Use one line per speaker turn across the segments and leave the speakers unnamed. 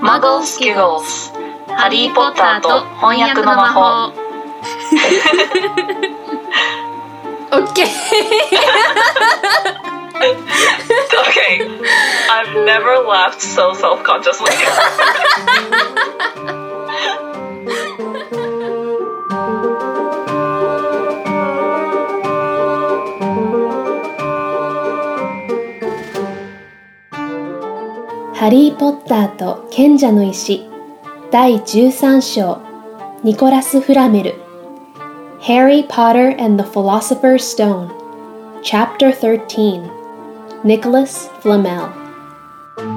マゴスキュゴスハリー・ポッターと翻訳の魔法
オッケー
Okay I've never laughed so self-consciously
ハリー・ポッターと賢者の石第13章ニコラス・フラメル Harry Potter and the Philosopher's Stone Chapter 13 Nicholas Flamel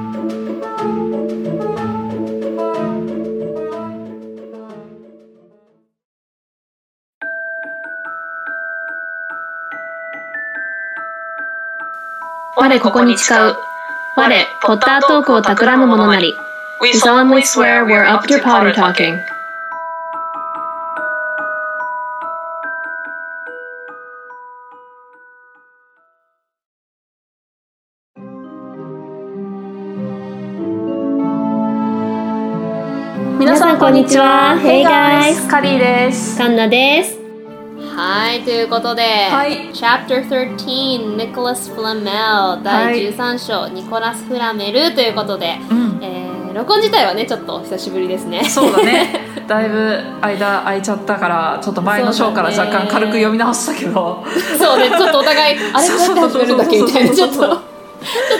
我ここに誓う我ポッタートークを企む者なり
We
We solemnly swear we're up to Potter talking
皆さんこんにちは Hey guys
カリーです。
カンナです
はいということで、
はい。
Chapter 13 Nicholas Flamel 第13章、ニコラス・フラメルということで、
うん。
えー録音自体はねちょっとお久しぶりですね
そうだね。だいぶ間空いちゃったから、ちょっと前の章から
そうだ
若
ね
干軽く読み直したけ ど。
そうね、ちょっとお互い、あれどうやって始めるんだっけみたいな、ちょっと、ちょっ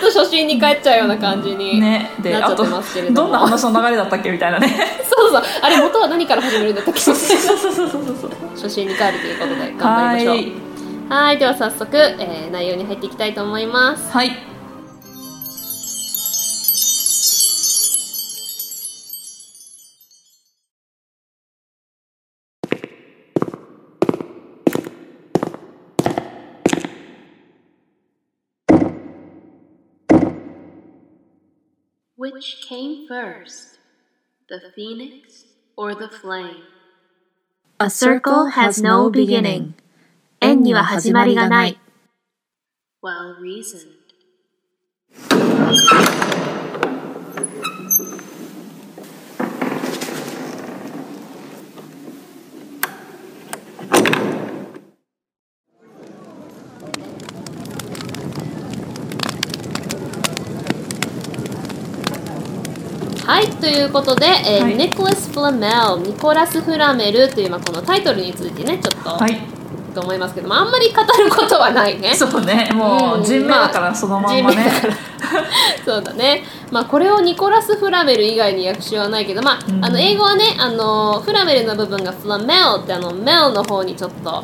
と初心に帰っちゃうような感じに。
ね。で、
なっちゃ
あ
って
と、
ますけれど
ど
も
んな話の流れだったっけみたいなね。
そうそう、あれ元は何から始めるんだったっけ 初
そうそうそうそうそう。
心に帰るということで、頑張
は
りましょ。。
いう
はい、では早速、えー内容に入っていきたいと思います。
はい。
Which came first, the phoenix or the flame?
A circle has no beginning. 円には始まりがない。
Well reasoned.
はい、ということで、えー
はい
ニコラス・フラメル、ニコラス・フラメルという、まあ、このタイトルについてね、ちょっと、
はい。
と思いますけども、あんまり語ることはないね。
そうね。も
うん
う、人名だからそのまん
人
ま
名
ね
だ。からそうだね、まあ、これをニコラス・フラメル以外に訳しようはないけど、まあ
うん
あの英語はねあのフラメルの部分がフラメルってあのメルの方にちょっとア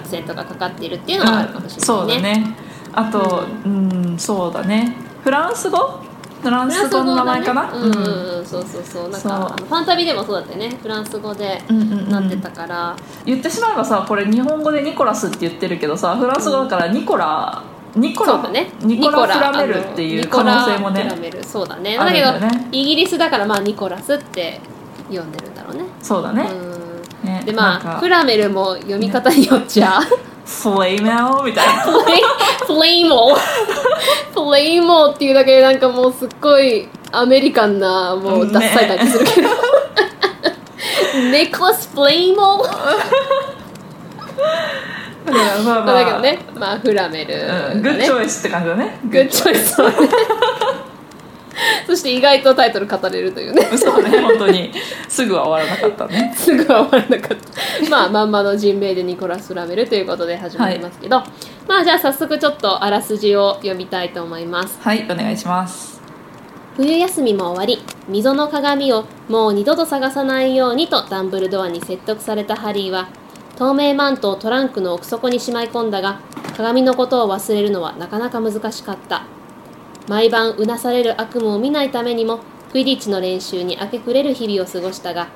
クセントがかかっているっていうのがあるかもしれ
そう
な
だ
いね。
ねあとうんそうだねフランス語フラン
フラ
ス
ンス語
語の名
だ
前
ね
かな
うんうんうん、そうそうそうなん
そう
かあのファンタビでもそうだったよねフランス語で
うんうんうん
なってたから、
言ってしまえばさこれ日本語でニコラスって言ってるけどさフランス語だからニコラニコ
そ
ラ、
うだね
ニコラフラメ
あ
ル
の
っていう
ニコ
可
ラ
能性も
フラ
ね
メルそうだね
ある
だ
ん
け
だ
ど
よね
イギリスだからまあニコラスって呼んでるんだろうね
そうだね
うん
ね
でま
な
あ
ん
フ
か
ラメルも読み方によ っちゃ
フレイメオみたい な
フレイモフレイモっていうだけでなんかもうすっごいアメリカンなもう
ね
ダッサい感じす るけど、ネコラス・フレイモ
だからまあまあ
だけどねまあフラメルだね、
うん、グッチョイスって感じだね
グッチョイスそうね そして意外とタイトル語れるというね
そうね本当にすぐは終わらなかったね
すぐは終わらなかったまあまんまの人名でニコラス・フラメルということで始まりますけど、まあじゃあ早速ちょっとあらすじを読みたいと思います
はいお願いします
冬休みも終わり溝の鏡をもう二度と探さないようにとダンブルドアに説得されたハリーは透明マントをトランクの奥底にしまい込んだが鏡のことを忘れるのはなかなか難しかった毎晩うなされる悪夢を見ないためにもクイディッチの練習に明け暮れる日々を過ごしたが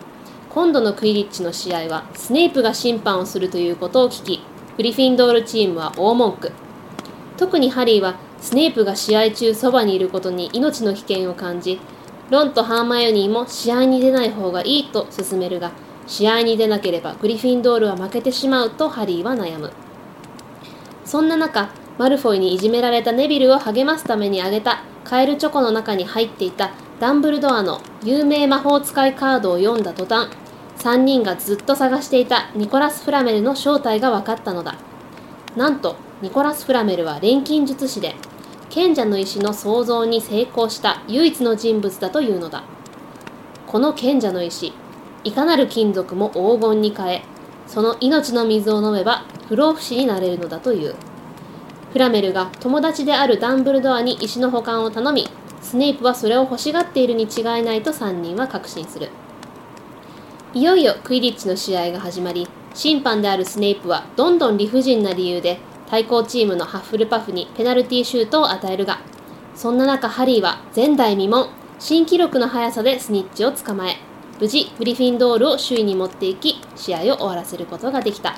今度のクイディッチの試合はスネープが審判をするということを聞きグリフィンドールチームは大文句特にハリーはスネープが試合中そばにいることに命の危険を感じロンとハーマイオニーも試合に出ない方がいいと勧めるが試合に出なければグリフィンドールは負けてしまうとハリーは悩むそんな中マルフォイにいじめられたネビルを励ますためにあげたカエルチョコの中に入っていたダンブルドアの有名魔法使いカードを読んだ途端、3人がずっと探していたニコラス・フラメルの正体が分かったのだ。なんと、ニコラス・フラメルは錬金術師で、賢者の石の創造に成功した唯一の人物だというのだ。この賢者の石、いかなる金属も黄金に変え、その命の水を飲めば不老不死になれるのだという。フラメルが友達であるダンブルドアに石の保管を頼み、スネイプはそれを欲しがっているに違いないと3人は確信する。いよいよクイディッチの試合が始まり、審判であるスネイプはどんどん理不尽な理由で対抗チームのハッフルパフにペナルティーシュートを与えるが、そんな中ハリーは前代未聞、新記録の速さでスニッチを捕まえ、無事グリフィンドールを首位に持っていき、試合を終わらせることができた。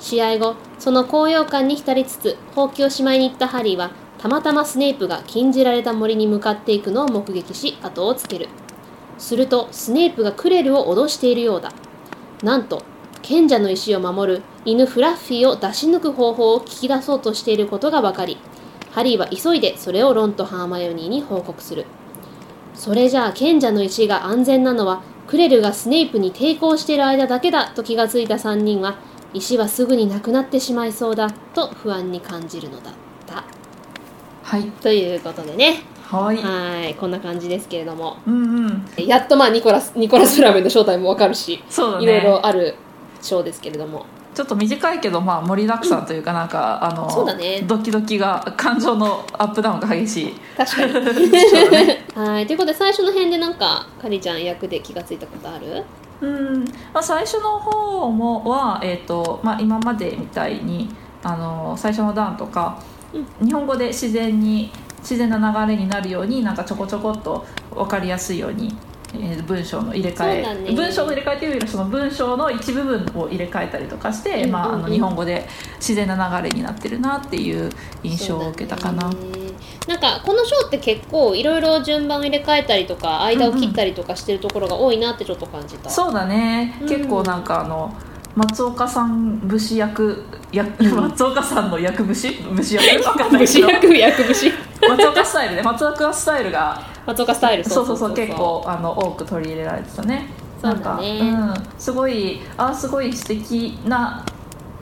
試合後、その高揚感に浸りつつ、ほうきをしまいに行ったハリーは、たまたまスネイプが禁じられた森に向かっていくのを目撃し、後をつける。すると、スネイプがクレルを脅しているようだ。なんと、賢者の石を守る犬フラッフィーを出し抜く方法を聞き出そうとしていることが分かり、ハリーは急いでそれをロンとハーマヨニーに報告する。それじゃあ賢者の石が安全なのはクレルがスネイプに抵抗している間だけだと気がついた3人は石はすぐになくなってしまいそうだと不安に感じるのだった
はい
ということでね
はい
はいこんな感じですけれども
うんうん
やっとまあニコラスニコラス・フラメンの正体もわかるし、
そうだね
いろいろあるショーですけれども
ちょっと短いけど、まあ、盛りだくさんというかなんかあの
そうだね
ドキドキが感情のアップダウンが激しい
確かに
そうだね
はいということで最初の辺でなんかカリちゃん役で気がついたことある
うんまあ、最初の方もは、えーとまあ、今までみたいにあの最初の段とか、日本語で自然に自然な流れになるようになんかちょこちょこっと分かりやすいように、えー文章の入れ替
そうだ
え、
ね
文章の入れ替えというよりはその文章の一部分を入れ替えたりとかして、
うん
まあ、あ
うんう
の
ん
日本語で自然な流れになってるなっていう印象を受けたかな。
そうだねなんかこのショーって結構いろいろ順番入れ替えたりとか間を切ったりとかしてるところが多いなってちょっと感じた、
そうだね、
うん
結構なんかあの松岡さん節役役 松岡さんの役節節 役わかんないけ
節
ど
約役節
松岡スタイルね松岡スタイルが
松岡スタイル
そうそうそう結構あの多く取り入れられてたね
そうだね
なんか、うん、すごいあすごい素敵な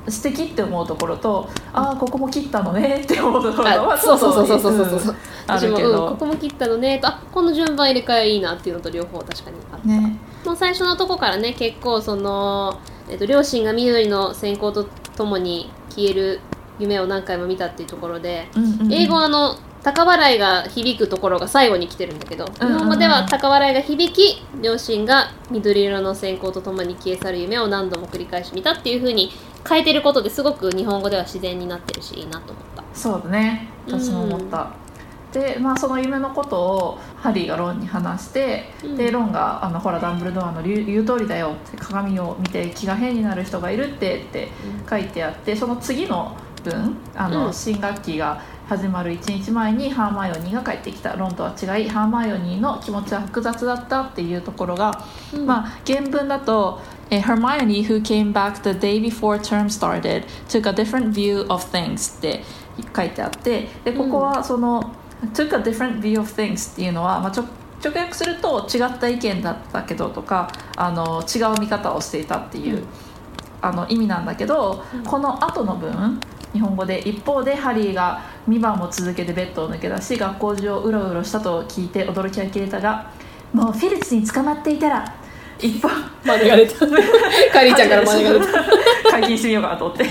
素敵って思うところとあここも切ったのねって思うところ
あ
が
そうそうそうそうそうそうそう、
んあ
私
る
も、
け
うん、こ
ど、
こも切ったのねとあこの順番入れ替えいいなっていうのと両方確かにあった、
ね
もう最初のとこからね結構その、えっと両親が緑の閃光とともに消える夢を何回も見たっていうところで、
うんうんうん
英語はあの高笑いが響くところが最後に来てるんだけど、
うんうん
日本語では高笑いが響き両親が緑色の閃光とともに消え去る夢を何度も繰り返し見たっていう風に変えてることですごく日本語では自然になってるしいいなと思った。
そうだね私も思った、で、まあ、その夢のことをハリーがロンに話して、
うん
でロンが「あのほらダンブルドアの言う言う通りだよ」って鏡を見て気が変になる人がいるってって書いてあってその次の文あの、
うん
新学期が始まる1日前にハーマイオニーが帰ってきたロンとは違いハーマイオニーの気持ちは複雑だったっていうところが、
うん
まあ、原文だとえー Hermione, who came back the day before term started, took a different view of things って書いてあってでここはその、took a different view of things っていうのは、まあ、ちょ直訳すると違った意見だったけどとかあの違う見方をしていたっていう、あの意味なんだけど、この後の文日本語で一方でハリーが2番も続けてベッドを抜け出し学校中をうろうろしたと聞いて驚きは消えたがもうフィルツに捕まっていたら一方
真似が 出た。カリーちゃんから真似 が出た。
解禁してみようかなと思って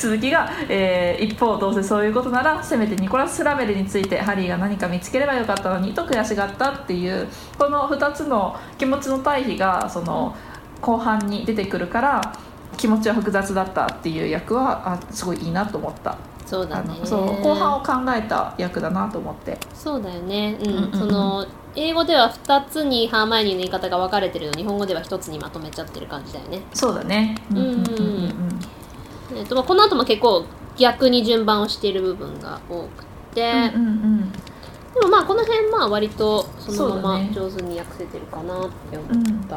続きが、えー一方どうせそういうことならせめてニコラス・フラベルについてハリーが何か見つければよかったのにと悔しがったっていうこの2つの気持ちの対比がその後半に出てくるから気持ちは複雑だったっていう役はあすごいいいなと思った
そうだ
あ
ね
の。そう後半を考えた役だなと思って
そうだよね。う
うんうんうん
ん。その、英語では2つにハーマイオニーの言い方が分かれてるのに、日本語では1つにまとめちゃってる感じだよね。
そうだねうんうんうん
うんうんう
うん
えっとまあ、この後も結構逆に順番をしている部分が多くて、
うんうん
でもまあこの辺まあ割とそのま
そうだ
ま
ね
上手に訳せてるかなって思った、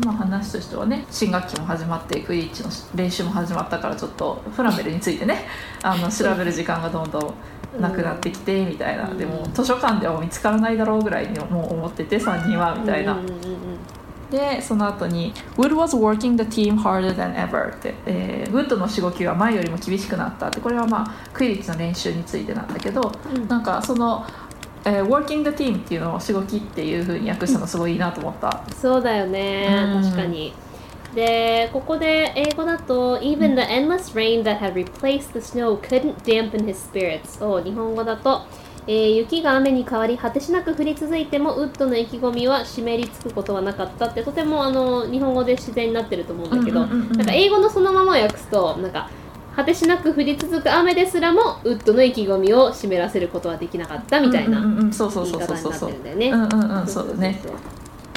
でまあ話としてはね新学期も始まってクイディッ チの練習も始まったからちょっとフラメルについてねあの調べる時間がどんどんなくなってきてみたいな、でも図書館では見つからないだろうぐらいにもう思ってて3人はみたいな、
うんうんうんうん
でその後に「Wood was working the team harder than ever」って、えー、ウッドのしごきが前よりも厳しくなったってこれはまあクイリッチの練習についてなんだけど、
うん
なんかその「えー、working the team」っていうのをしごきっていうふうに訳したのすごいいいなと思った、
そうだよね、
うん
確かに。で、ここで英語だと、Even the endless rain that had replaced the snow couldn't dampen his spirits を日本語だと、えー雪が雨に変わり果てしなく降り続いてもウッドの意気込みは湿りつくことはなかったってとてもあの日本語で自然になってると思うんだけど、
うんうんうんうん
なんか英語のそのまま訳すとなんか果てしなく降り続く雨ですらもウッドの意気込みを湿らせることはできなかったみたい
うん
な
うんうん、そうそ
言
うそ
い
う
方
そう
に
そうそ
なって
う
るんだよね。
うんうんうんそうだね
そうそうそ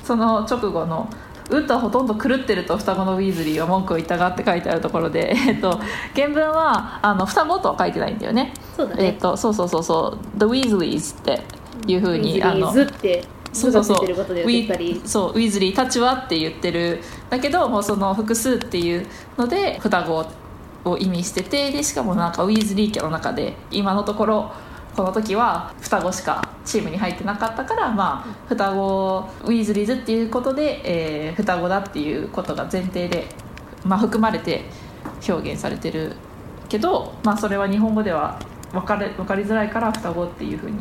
う
その直後のウッドはほとんど狂ってると双子のウィーズリーは文句を言ったがって書いてあるところで、 えっと、原文はあの双子とは書いてないんだよね。
そうだ
え
ね
っ、。と、そうそうそうそう「The Weasleys」っていうふうに、あ
あ
の
のズって
そうそうそ
ズがついうてることで
ウ
言っ
ィ
たり
そうウィズリーたちはって言ってるだけどもうその複数っていうので双子を意味しててでしかもなんかウィズリー家の中で今のところこの時は双子しかチームに入ってなかったから、まあ、双子ウィズリーズっていうことで、えー双子だっていうことが前提で、まあ、含まれて表現されてるけど、まあ、それは日本語では分かれ分かりづらいから双子っていうふうに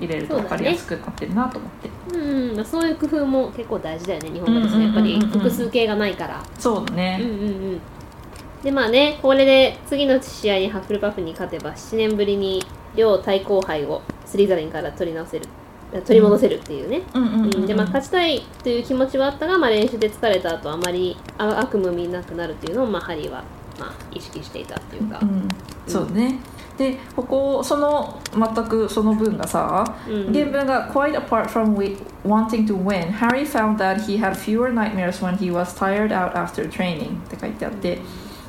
入れると分かりやすくなってるなと思って。
うん、まあ、そういう工夫も結構大事だよね日本語ですねやっぱり
うんうんうんうん
複数形がないから
そうだ
うんうん
ね。
うんでまあねこれで次の試合にハッフルパフに勝てば7年ぶりに両対抗杯をスリザリンから取り直せるあ取り戻せるっていうね、
うんう
うんでまあ、勝ちたいという気持ちはあったが、まあ、練習で疲れた後あまりあ悪夢見なくなるっていうのを、まあ、ハリーは、まあ、意識していたっていうか
う、んそうね。でここその全くその文がさ、
うん
原文が quite apart from we wanting to win, Harry found that he had fewer nightmares when he was tired out after training って書いてあって。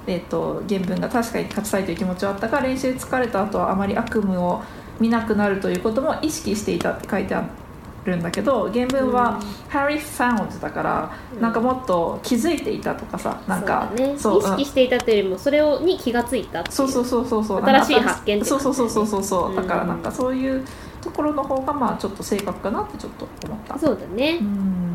えっと原文が確かに勝ちたいという気持ちはあったが練習で疲れた後はあまり悪夢を見なくなるということも意識していたって書いてあるんだけど原文は「Harry found」だから、なんかもっと気づいていたとかさなんか
そうだ
そううん
ね意識していたというよりもそれをに気がついたっていう
そうそうそうそうそう
新しい発見って感じ
そうそうそうそうそう
うん
だからなんかそういうところの方がまあちょっと正確かなってちょっと思ったう
そうだね、
ん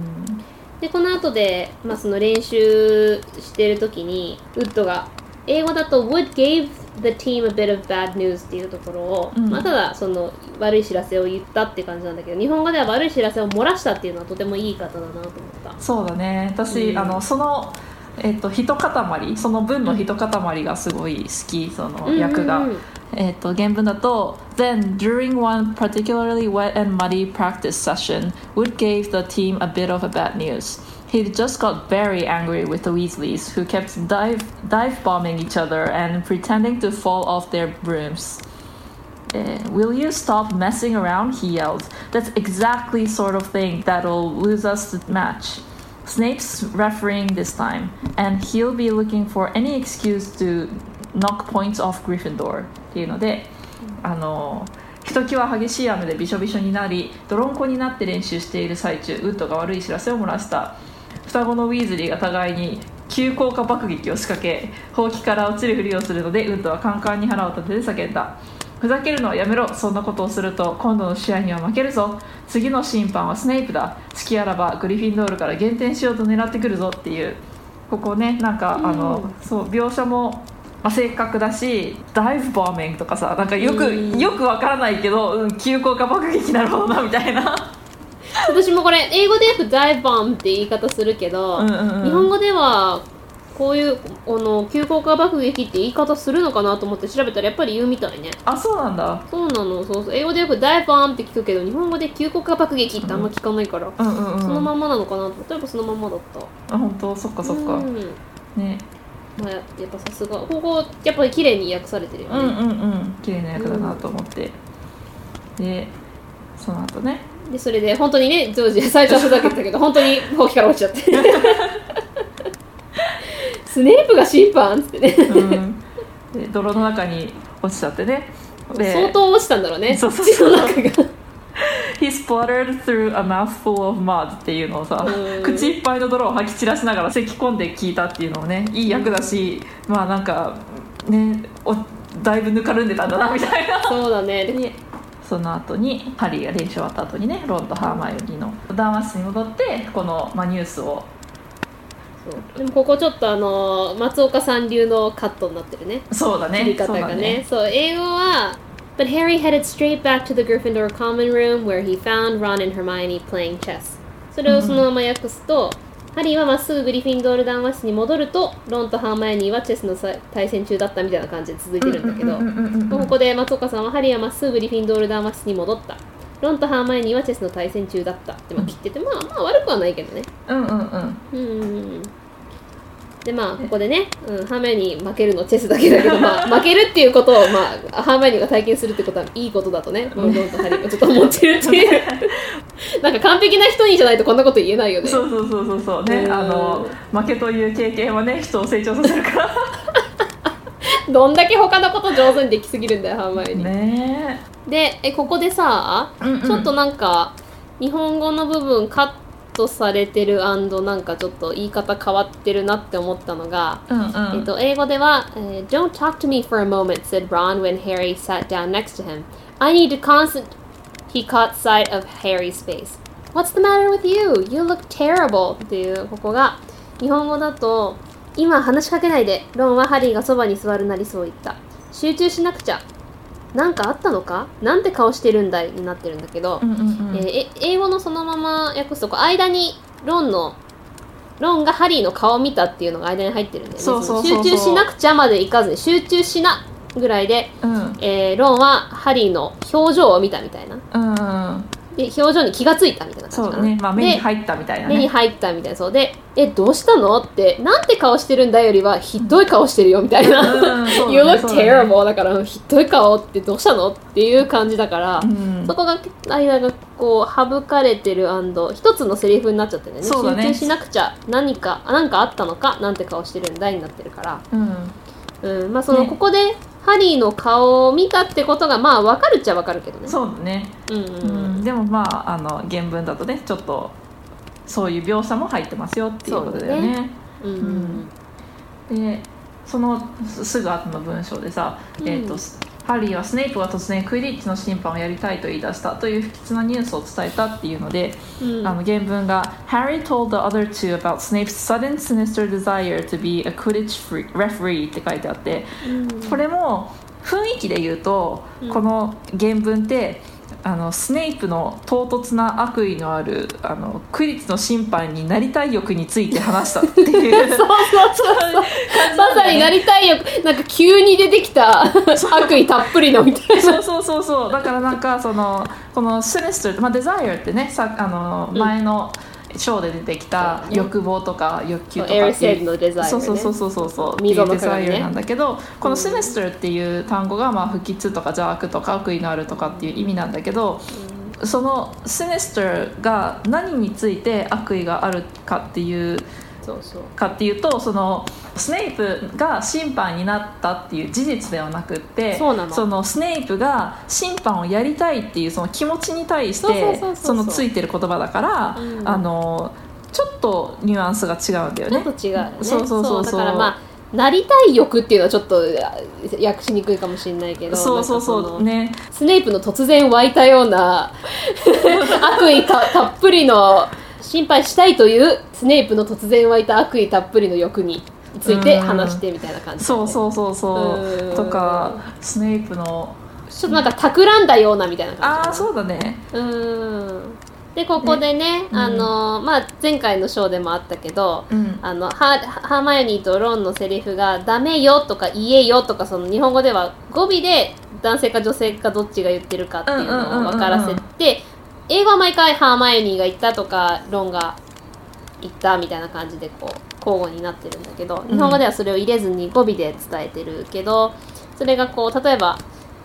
でこの後で、まあ、その練習してる時にウッドが英語だと「Wood gave the team a bit of bad news」っていうところを、
うん
まあ、ただその悪い知らせを言ったって感じなんだけど日本語では悪い知らせを漏らしたっていうのはとてもいい言い方だなと思った
そうだね私、
うん
あのそのえっと一塊その文の一塊がすごい好きその役が、
うんうんうん
えっと原文だと Then during one particularly wet and muddy practice session Wood gave the team a bit of a bad news He just got very angry with the Weasleys who kept dive, dive bombing each other and pretending to fall off their brooms Uh, will you stop messing around? He yelled. That's exactly sort of thing that'll lose us the match. Snape's refereeing this time, and he'll be looking for any excuse to knock points off Gryffindor. っていうので、あのひときわ激しい雨でびしょびしょになり、泥んこになって練習している最中、ウッドが悪い知らせを漏らした。双子のウィーズリーが互いに急降下爆撃を仕掛けほうきから落ちるふりをするのでウッドはカンカンに腹を立てて叫んだふざけるのはやめろそんなことをすると今度の試合には負けるぞ次の審判はスネイプだ隙あらばグリフィンドールから減点しようと狙ってくるぞっていうここねなんか、あのそう描写もまあ正確だしダイブボーメンとかさなんかよく、
うん
よくわからないけど、うん、急降下爆撃だろうなみたいな
私もこれ英語でよく「ダイバン」って言い方するけど、
うんうんうん
日本語ではこういうあの急降下爆撃って言い方するのかなと思って調べたらやっぱり言うみたいね
あそうなんだ
そうなのそうそう英語でよく「ダイバーン」って聞くけど日本語で急降下爆撃ってあんま聞かないから、
うんうんうん
そのまんまなのかなと思ったらやっぱそのまんまだった
あ本当そっかそっか、
うん
ね
まあ、やっぱさすがここやっぱり綺麗に訳されてるよ
うん
ね、
うんうん綺麗な役だなと思って、でその後ね
でそれで本当にねジョージ最初はふざけてたけ ど本当にほうきから落ちちゃって スネープが審判っつってね
うん で泥の中に落ちちゃってねで
相当落ちたんだろうね
そうそうそう
口 の中が
He spluttered through a mouthful of mud っていうのをさ
うん
口いっぱいの泥を吐き散らしながら咳き込んで聞いたっていうのもねいい役だし、まあなんかねおだいぶぬかるんでたんだなみたいな
そうだねで
でその後にハリーが練習終わった後にねロンとハーマイオニーの談話室に戻ってこの、まあ、ニュースを
でもここちょっとあの松岡さん流のカットになってるね
そうだね
切り方
そうだ
がね。そう、英語は。But Harry headed straight back to the Gryffindor common room where he found Ron and Hermione playing chess. それをそのまま訳すと、ハリーはまっすぐグリフィンドール談話室に戻ると、ロンとハーマイオニーはチェスのさ対戦中だったみたいな感じで続いてるんだけど、
うんうんうんうん
もうここで松岡さんはハリーはまっすぐグリフィンドール談話室に戻った。ロンとハーマイオニーはチェスの対戦中だったってまあ切ってて、まあまあ悪くはないけどね。
うんうんうん
うんでまあここでね、うん、ハーマイオニー負けるのチェスだけだけど、まあ、 負けるっていうことを、まあ、ハーマイオニーが体験するってことはいいことだとねロンドンとハリーがちょっと思ってるっていう なんか完璧な人にじゃないとこんなこと言えないよね
そうそうそうそうそうね
うん
あの負けという経験はね人を成長させるから
どんだけ他のこと上手にできすぎるんだよハーマイオニー、
ね
でえここでさ、
うんうん
ちょっとなんか日本語の部分カットされてるなんかちょっと言い方変わってるなって思ったのが、
うんうん
えっと、英語では、えー Don't talk to me for a moment, said Ron when Harry sat down next to him. I need to constant. He caught sight of Harry's face. What's the matter with you? You look terrible. っていう、ここが、日本語だと、今話しかけないで、ロンはハリーがそばに座るなりそう言った。集中しなくちゃ。なんかあったのかなんて顔してるんだいになってるんだけど、
うんうんうん
えーえ英語のそのまま訳すとこう間にロンのロンがハリーの顔を見たっていうのが間に入ってるんで、ね、
そうそうそうそう
の集中しなくちゃまでいかずに集中しなぐらいで、
うん
えーロンはハリーの表情を見たみたいな
うんうん
で表情に気がついたみたいな
そ
感じかな
うねまあ目に
で
入ったみたいな
目に
ね
入ったみたいなそうで「えどうしたの?」って「なんて顔してるんだ?」よりは「ひどい顔してるよ」みたいな
うんそうだ
「
ね
You
そ
look
うだね
terrible」だから「ひどい顔ってどうしたの?」っていう感じだから、
うん
そこが間がこう省かれてる一つのセリフになっちゃってるんだよね
そうだね
集中しなくちゃ何かあなんかあったのかなんて顔してるんだいになってるから、
うん
うんまあ、その
ね
ここでハリーの顔を見たってことがまあ分かるっちゃ分かるけどね
そうだね
うんうん
う
うん
んでもまああの原文だとねちょっとそういう描写も入ってますよっていうことだよ
そうだ
ね
うんうん
でそのすすぐ後の文章でさ、
うん
えー、とすハリーはスネイプが突然クイディッチの審判をやりたいと言い出したという不吉なニュースを伝えたっていうので、
うん
あの原文が「Harry told the other two about Snape's sudden sinister desire to be a Quidditch free- referee」って書いてあって、これも雰囲気で言うと、この原文ってあのスネイプの唐突な悪意のあるあのクイディッチの審判になりたい欲について話したっていうそうそうそう
まさになりたいよなんか急に出てきた 悪意たっぷりのみたいな
そうそうそうそうだからなんかそのこの「スレストル」まあ「デザイアってねさあの前のショーで出てきた欲望とか欲求とかっ
そう
て
エールセー
い
ル
う
のデザイアね
そうそうそうそうそうそうってい
溝
う
の
デ
鏡
ザ
ね
イアなんだけどこの「スレストル」っていう単語がまあ不吉とか邪悪とか悪意のあるとかっていう意味なんだけどその「スレストル」が何について悪意があるかっていう
そうそう
かっていうとそのスネイプが審判になったっていう事実ではなくって
そうなの
のスネイプが審判をやりたいっていうその気持ちに対し
そうそうそう
て
そうそう
そのついてる言葉だから、
うん
あのちょっとニュアンスが違うんだよ
ちょ
ね
っ。と違うよね
そうそうそうそう
だからまあなりたい欲っていうのはちょっとあ訳しにくいかもしれないけど
そうそう
なんか
そ
の
うね
スネイプの突然湧いたよう な悪意たたっぷりの心配したいというスネイプの突然湧いた悪意たっぷりの欲について話してみたいな感じだ
そ
よ
う
ね、
そうそうそううんとかスネイプの
ちょっとなんか企んだようなみたいな感じ
ああそうだね
うーんでここでねあの、まあ、前回のショーでもあったけど、
うん
あのハハーマイオニーとロンのセリフが「ダメよ」とか「言えよ」とかその日本語では語尾で男性か女性かどっちが言ってるかっていう
うんうんうんうんうん
のを分からせて英語は毎回ハーマイオニーが言ったとかロンが言ったみたいな感じでこう交互になってるんだけど日本語ではそれを入れずに語尾で伝えてるけどそれがこう例えば、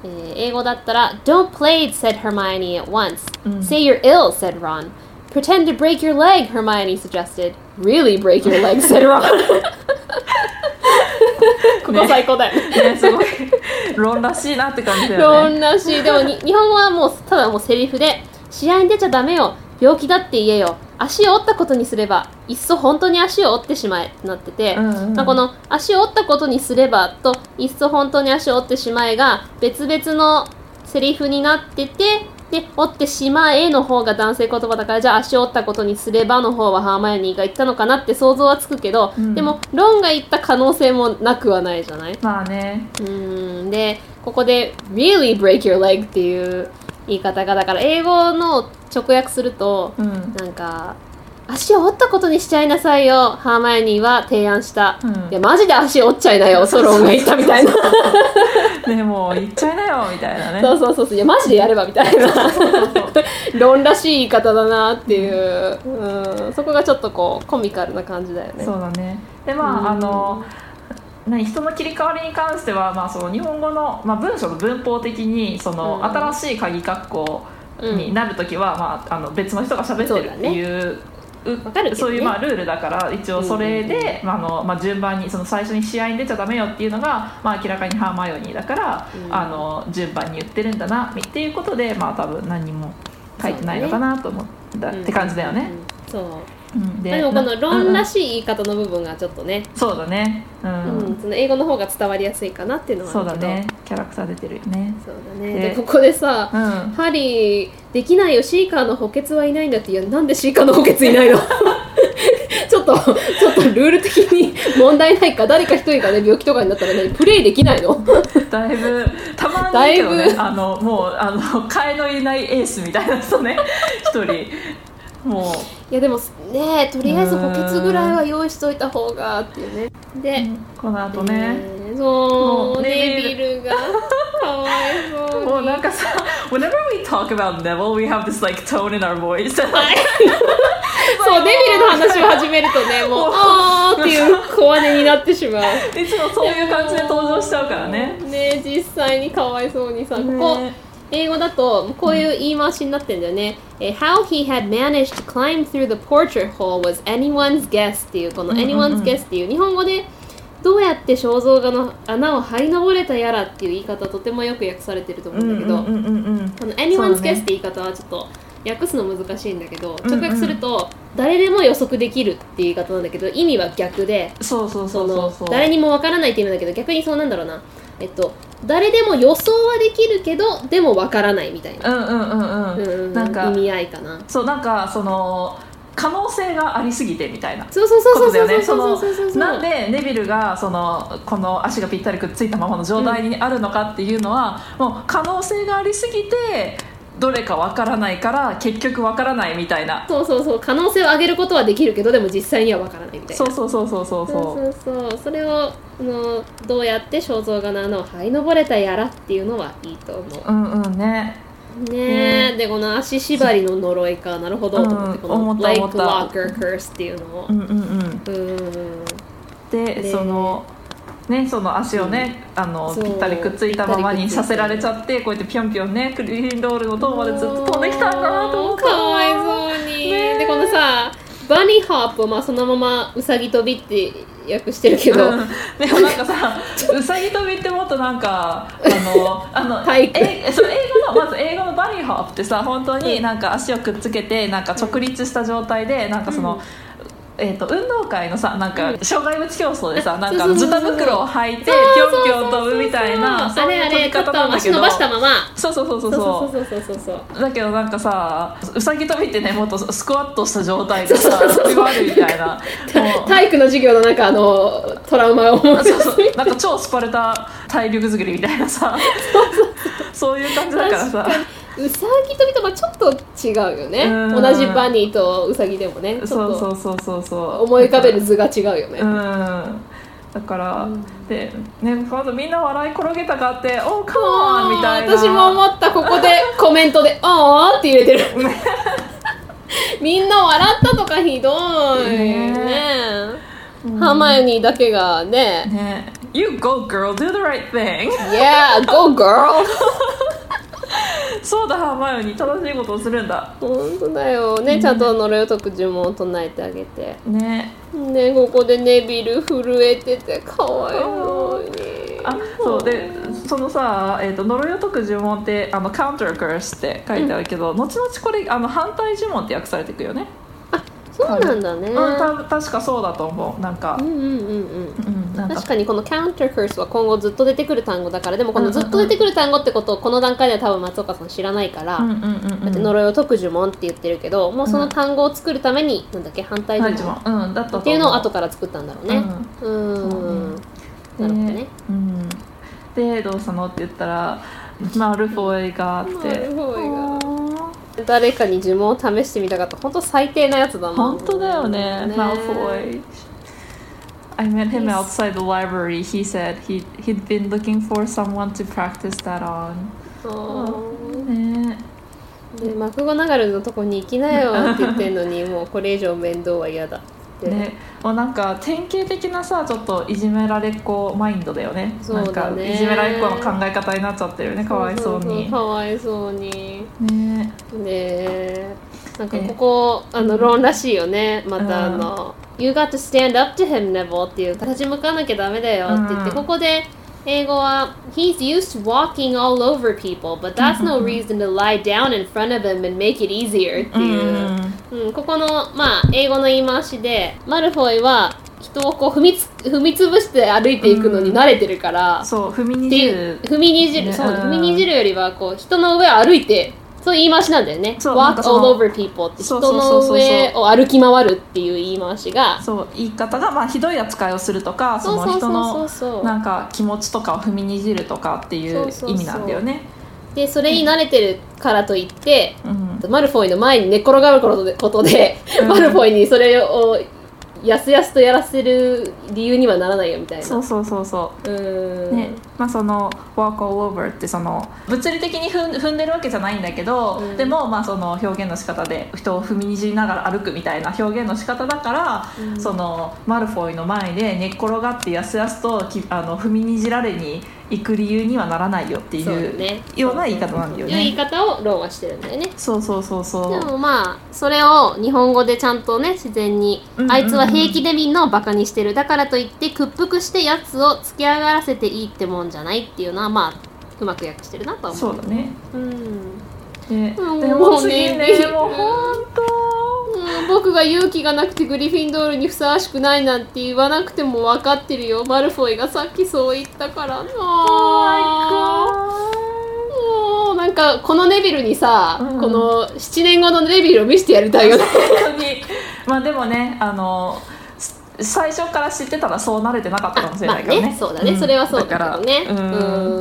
えー英語だったら「Don't play it," said Hermione at once、Say you're ill," said Ron Pretend to break your leg, Hermione suggested. Really break your leg, said Ron. ここ最高だよね。
ねすごい論らしいなって感じだよね。
論らしい。でもに日本語はもうただもうセリフで、試合に出ちゃダメよ。病気だって言えよ足を折ったことにすればいっそ本当に足を折ってしまえってなってて、
うんうん
まあ、この足を折ったことにすればといっそ本当に足を折ってしまえが別々のセリフになっててで折ってしまえの方が男性言葉だからじゃあ足を折ったことにすればの方はハーマイオニーが言ったのかなって想像はつくけど、
うん
でもロンが言った可能性もなくはないじゃない
まあね
うーんでここで「really break your leg」っていう言い方がだから英語の直訳すると
うん
なんか「足を折ったことにしちゃいなさいよ」ハーマイオニーは提案した、
うん
いやマジで足折っちゃいなよソロンが言ったみたいな
でも言っちゃいなよみたいなね
そうそうそうそういやマジでやればみたいな論らしい言い方だなっていう、うん、そこがちょっとこうコミカルな感じだよね
そうだねでまああ
うん
の何人の切り替わりに関しては、まあ、その日本語の、まあ、文章の文法的にその、
うん
新しい鍵括弧
うん
になる時は、まあ、あの別の人が喋ってるっていうう
わかるけどね
そういう、まあ、ルールだから一応それで、まああのまあ、順番にその最初に試合に出ちゃダメよっていうのが、まあ、明らかにハーマイオニーだから、
うん
あの順番に言ってるんだなっていうことで、まあ、多分何も書いてないのかなと思った、
うん
って感じだよね。
うんそう
うん
でもこの「論ら
し
しい言い方の部分がちょっとね、
そうだねうん、
うん、その英語の方が伝わりやすいかなっていうのは
そう
あ
だ
るけど
ねキャラクター出てるよね
そうだね
で
でここでさ、
うん
ハリーできないよシーカーの補欠はいないんだっていやなんでシーカーの補欠いないの ちょっとちょっとルール的に問題ないか誰か一人がね病気とかになったらねプレイできないの
だいぶたま
だ
にいるけ
いぶ
どねあのもうあの替えのいないエースみたいな 人ね一人も
いやでもねとりあえず補欠ぐらいは用意しといた方がっていうねで、
うこの後ね、
えーそう
もう
ネ
ネビ
ビルがかわいそうに
もうなんかさ whenever we talk about Neville we have this like tone in our voice
そう、デビルの話を始めるとね、も う、あーっていう小姉になってしまう。
いつもそういう感じで登場しちゃうからね
ね実際にかわいそうにさ、ここ
ね、
英語だと、こういう言い回しになってんだよね。えー How he had managed to climb through the portrait hole was anyone's guess っていう、この anyone's guess っていう、日本語で、どうやって肖像画の穴を這い登れたやらっていう言い方とてもよく訳されてると思
う
うんん
う
だ
ん
け
う
ど、
んうん
この anyone's
そうだ
guess
ね
って言い方はちょっと訳すの難しいんだけ
ん
ど
う
直
ん
訳すると誰でも予測できるって言い方なんだけど意味は逆で
そうそうそ
そう
そう
の
そう
誰にもわからないって意味だけど逆にそうなんだろうなえっと誰でも予想はできるけどでもわからないみたいな
うんうんうんうん
う
ん
うん
なんか
意味合いかな
そうなんかその可能性がありすぎてみたいな
そうそうそう
こ
そ
とだ
うそ
よ
うそう
ね
そうそうそう
そのなんでネビルがそのこの足がぴったりくっついたままの状態にあるのかっていうのは、もう可能性がありすぎてどれかわからないから結局わからないみたいな
そうそうそう可能性を上げることはできるけどでも実際にはわからないみたいな
そうそうそうそうそう
そ
そう
うそうそうそれをあのどうやって肖像画の穴を這い登れたやらっていうのはいいと思う
うんうんね
ねえ、
ね
でこの足縛りの呪いかなるほど
うん
と思ってこ
思
の
った
レイ
思
ク
った
ロッカーカースっていうのを
うんうんうん
うーん
で、
ね
そのねその足をね、あの
そう
ぴったりくっついたまま
ぴったりくっ
に
ついて
させられちゃってこうやってぴょんぴょんねグリーンロールの塔までずっと飛んできたんだなと思った
かわいそうに、
ねえ
でこのさバニーホップをまあそのままうさぎ飛びって訳してるけど、
うんでもなんかさうさぎ跳びってもっとなんかあのあの
体育
えそう英語のまず英語のバリーホップってさ本当になんか足をくっつけてなんか直立した状態でなんかその、えー、と運動会のさなんか障害物競争でさ、なんか
そうそう
ズ
そうそ
タ
う
袋を履いてぴ
そう
ょんぴょん飛ぶみたいな
そうあれあ
そうい
れ
う
ちょっ
飛び方
と
なんだ
足
けど
伸ばしたまま
そうそうそうそ
そうう
そう
そうそうそうそうそう
だけどなんかさうさぎ跳びってねもっとスクワットした状態でさ飛び回るみたい なもう
体育の授業のなんかあのトラウマを思い出す
そうそう なんか超スパルタ体力作りみたいなさそういう感じだからさ
うさぎ飛びとはちょっと違うよね
うん
同じバニーとうさぎでもねち
そ
ょ
う
っ
そ
と
うそうそうそう
思い浮かべる図が違うよね、
うんだから、でね今度みんな笑い転げたかって「おーカモン!」みたいな
私も思ったここでコメントで 「あー」って入れてるみんな笑ったとかひどいね
ね
ハーマイオニーだけがね
ね You go girl do the right thing
「Yeah go girl
そうだハーマイオニー正しいことをするんだ」
本当だよねちゃんと呪いを解く呪文を唱えてあげて
ね
ねここでネビル震えててかわいそうに
あそうでそのさ、えー、と呪いを解く呪文ってあの「counter curse」って書いてあるけど、後々これあの反対呪文って訳されていくよね、
そうなんだね。
うん、た確かそうだと思うなんか
うん、うんうんうん。
うん、なんか
確かにこの counter curse は今後ずっと出てくる単語だからでもこのずっと出てくる単語ってことをこの段階では多分松岡さん知らないから、
うんうんうん
だって呪いを解く呪文って言ってるけどもうその単語を作るためになんだっけ反対
反
呪
対
文
呪文うんだったと思
っていうのを後から作ったんだろうね。うん、ん
うん
なるほどね。
うん、でどうしたのって言ったらマルフォイがあって
マルフォイが誰かに呪文を試してみたかった本当最低なやつだな
本当だよね
ね
マルフォイ I met him outside the library. He said he, he'd been looking for someone to practice that on.
そう
ね
でマクゴナガルのとこに行きなよって言ってんのにもうこれ以上面倒は嫌だって、
ね、もうなんか典型的なさちょっといじめられっ子マインドだよね
そうだね
なんかいじめられっ子の考え方になっちゃってるよねかわいそう
そうそう
に
かわいそうに
ね
ねなんかここ、あのローンらしいよねまたあ
うん
の「You got to stand up to him, Neville」っていう立ち向かなきゃダメだよって言って、
うん
ここで英語は「He's used to walking all over people but that's no reason to lie down in front of him and make it easier」っ
う
て
ん
いう、うん、ここの、まあ、英語の言い回しでマルフォイは人をこう踏みつ踏みつぶして歩いていくのに慣れてるから、
そう踏みに
って
じ
いう
る
踏みにじる、そう
うん
踏みにじるよりはこう人の上を歩いてそういう言い回しなんだよね
そう
walk
なんかそ
all
の
over people って
そ
人
うそうそう
の
そうそう
上を歩き回るっていう言い回しが
そう言い方が、まあ、ひどい扱いをするとかそ
そう
の
そう
人
そう
の
そう
な
そうん
か気持ちとかを踏みにじるとかってい
そう
う
そうそう
意味なんだよね。
でそれに慣れてるからといって
うん
マルフォイの前に寝っ転がることでことで、
うん
マルフォイにそれをやすやすとやらせる理由にはならないよみたいな
そうそうそうそう
ー
う、
ん
ねまあ、その「walk all over」ってその物理的に踏ん踏んでるわけじゃないんだけど、
ん
でもまあその表現の仕方で人を踏みにじりながら歩くみたいな表現の仕方だから、そのマルフォイの前で寝っ転がってやすやすときあの踏みにじられに行く理由にはならないよってい
そう
う
よね
ような言い方なんだよ
いう言い
ね。
方をローンはしてるんだよね
そうそうそうそう。
でもまあそれを日本語でちゃんとね自然に、
うんうんうん
あいつは平気でみんなをバカにしてるだからといって屈服してやつを突き上がらせていいってもんじゃないっていうのはまあうまく訳してるなとは思う
そうだね。
うん、
で、
うん
でも次ね、も
も
う
うね
本当。
うん僕が勇気がなくてグリフィンドールにふさわしくないなんて言わなくても分かってるよマルフォイがさっきそう言ったからなもうなんかこのネビルにさ、
うん
この7年後のネビルを見せてやりたいよね
本当に。まあでもね、あの。す最初から知ってたらそう慣れてなかったかもしれないけどね。
まあ、そうだね、それはそうだけどね
だからうん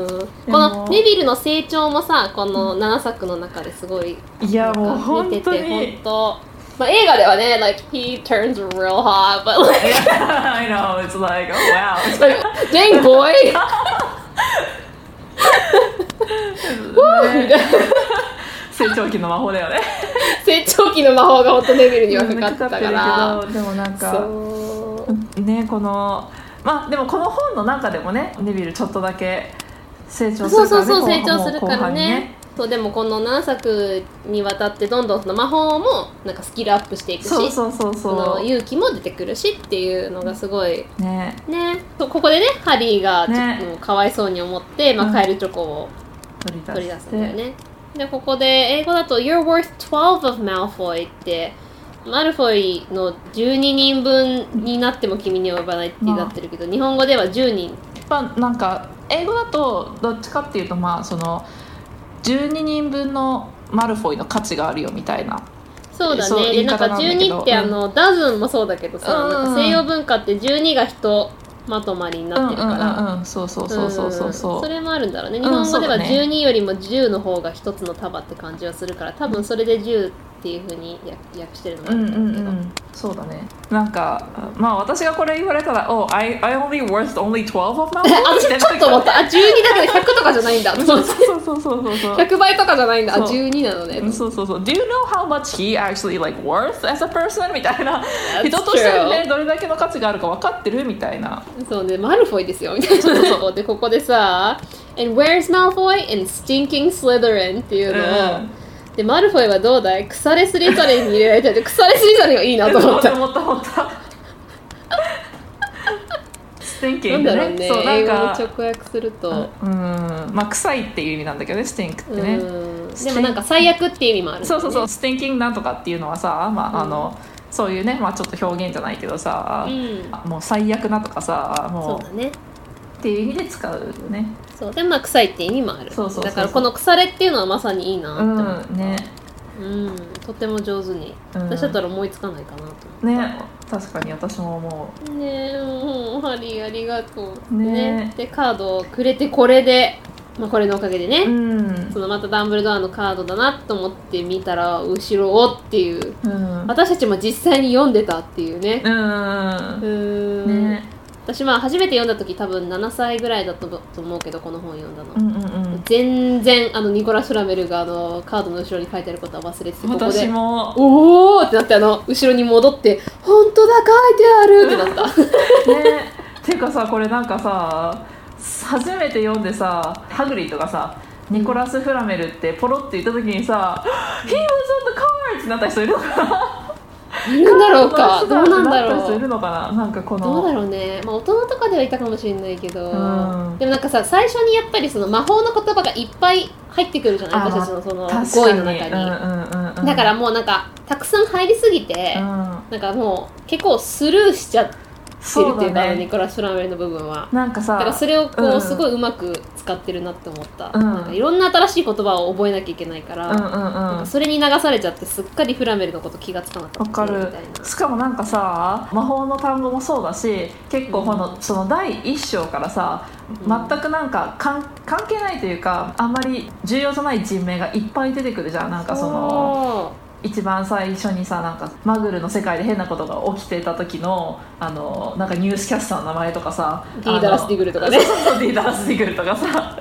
うんこ
も
のネビルの成長もさこの7作の中ですごい
いやもう
なんか見
本
て
当
て
に
本。当まあ映画ではね、like he turns real hot, but like,
I know it's like oh, wow.
like dang boy,
成長期の魔法だよね。
成長期の魔法が本当ネビルにはかかってたか
か
ら
か。ってるけどでもなんか。
そう
ねこのまあでもこの本の中でもねネビルちょっとだけ成長す
そう
るか
そ
らね
うそう成
後半
長するか
後
ら
半に
ねそうでもこの7作にわたってどんどんその魔法もなんかスキルアップしていくし
そうそうそう
その
そ
勇気も出てくるしっていうのがすごい、
うね
ね、そうここでねハリーがちょっ
ね
ともうかわいそうに思って、まあ、
うん
カエルチョコを
取り出して
取り出すんだよね、でここで英語だと「You're worth 12 of Malfoy」ってマルフォイの12人分になっても君には及ばないってなってるけど、日本語では10人
まあなんか英語だとどっちかっていうとまあその12人分のマルフォイの価値があるよみたいな
そうだ
そう
ね
言
で
い
なん
方
か
なんだけど
12ってあの、ダズンもそうだけどさ、
うん
なんか西洋文化って12が人まとまりになってるから、
うんうんうんうんそうそうそうそうそう
うん
そ
そうれもあるんだろうね
ん
日本語では
そうだね
12よりも10の方が一つの束って感じはするから多分それで10っていうふうに訳訳してるのもあ
う
る
ん
ん
う
だろ
ん
うけ
う
ど、
んそうだねなんかまあ私がこれ言われたら「Oh I, I only worth only 12 of my
あ
money」
私ちょっと思ったあ12だけで100とかじゃないん だ
そうそうそうそうそうそう
100倍とかじゃないんだあ
そう
12なのね
うんそうそうそう。Do you know how much he actually like worth as a person? みたいな。
That's
人としてね、どれだけの価値があるか分かってるみたいな。
そうねマルフォイですよみたいなそうそうでここでさ「And where's Malfoy? and stinking Slytherin」っていうのを、
うん
でマルフォイはどうだい腐れスリトレンに入れられ てて腐れスリトレンがいいなと思った
思った思った。
な
stinking
んだろうね
そうな
英
ん
語を
か
直訳すると、
うんまあ臭いっていう意味なんだけどね stink って
う
ね、
んでもなんか最悪っていう意味もあるんだ
そう
よね
そうそう、ステンキングなんとかっていうのはさ、まああのそういうね、まあ、ちょっと表現じゃないけどさ、
うん
もう最悪なとかさ
そ
もう
うだね
っていう意味で使うよね。
そうでまあ臭いって意味もある
そうそうそうそう
だからこの腐れっていうのはまさにいいなって
う
思っ
んね
た、うんとても上手に、
うん
私だったら思いつかないかなと思った
ね確かに私も思
ねえもうハリーありがとう
ねえ
でカードをくれてこれで、まあ、これのおかげでね、
う。うん
そのまたダンブルドアのカードだなと思って見たら後ろをっていう
うん
私たちも実際に読んでたっていうねう
う
ー
ん
ん、
ね
私まあ初めて読んだ時多分7歳ぐらいだったと思うけどこの本読んだの、
うんうんうん。
全然あのニコラ・フラメルがあのカードの後ろに書いてあることは忘れててここ
私
で
も
おーってなってあの後ろに戻って「本当だ書いてある!」ってなった
ねていうかさこれなんかさ初めて読んでさハグリッドがさニコラス・フラメルってポロって言った時にさ「He was on the card!」ってなった人いるのか
いるんだろう
な
かどうなんだ
なった
ろ
人いうるのかななんかこの
どうだろうね、まあ、大人とかではいたかもしれないけど、
うん
でもなんかさ最初にやっぱりその魔法の言葉がいっぱい入ってくるじゃない
あー
私たちのその
確
語
か
彙
に
の中に、
うんうんうんうん、
だからもうなんかたくさん入りすぎて、
うん
なんかもう結構スルーしちゃってる
そ
っていう
う
か
だ
あのニ
ね
コラ・シュラメルの部分は
なんか
だ
さ
からそれをこう、
うん
すごいうまく使ってるなって思った、
うん
なんかいろんな新しい言葉を覚えなきゃいけないから、
うんうん
なん
う
か
ん
それに流されちゃってすっかりフラメルのこと気がつかなか
わ
った
か
み
る
たいな
しかもなんかさ魔法の単語もそうだし結構この,、その第一章からさ
うん
全くなんかかん関係ないというかあんまり重要じゃない人名がいっぱい出てくるじゃんなんかその一番最初にさなんかマグルの世界で変なことが起きてた時のあのなんかニュースキャスターの名前とかさ
ディーダラスディグルとかね
あのそうそうそうディーダラスディグルとかさ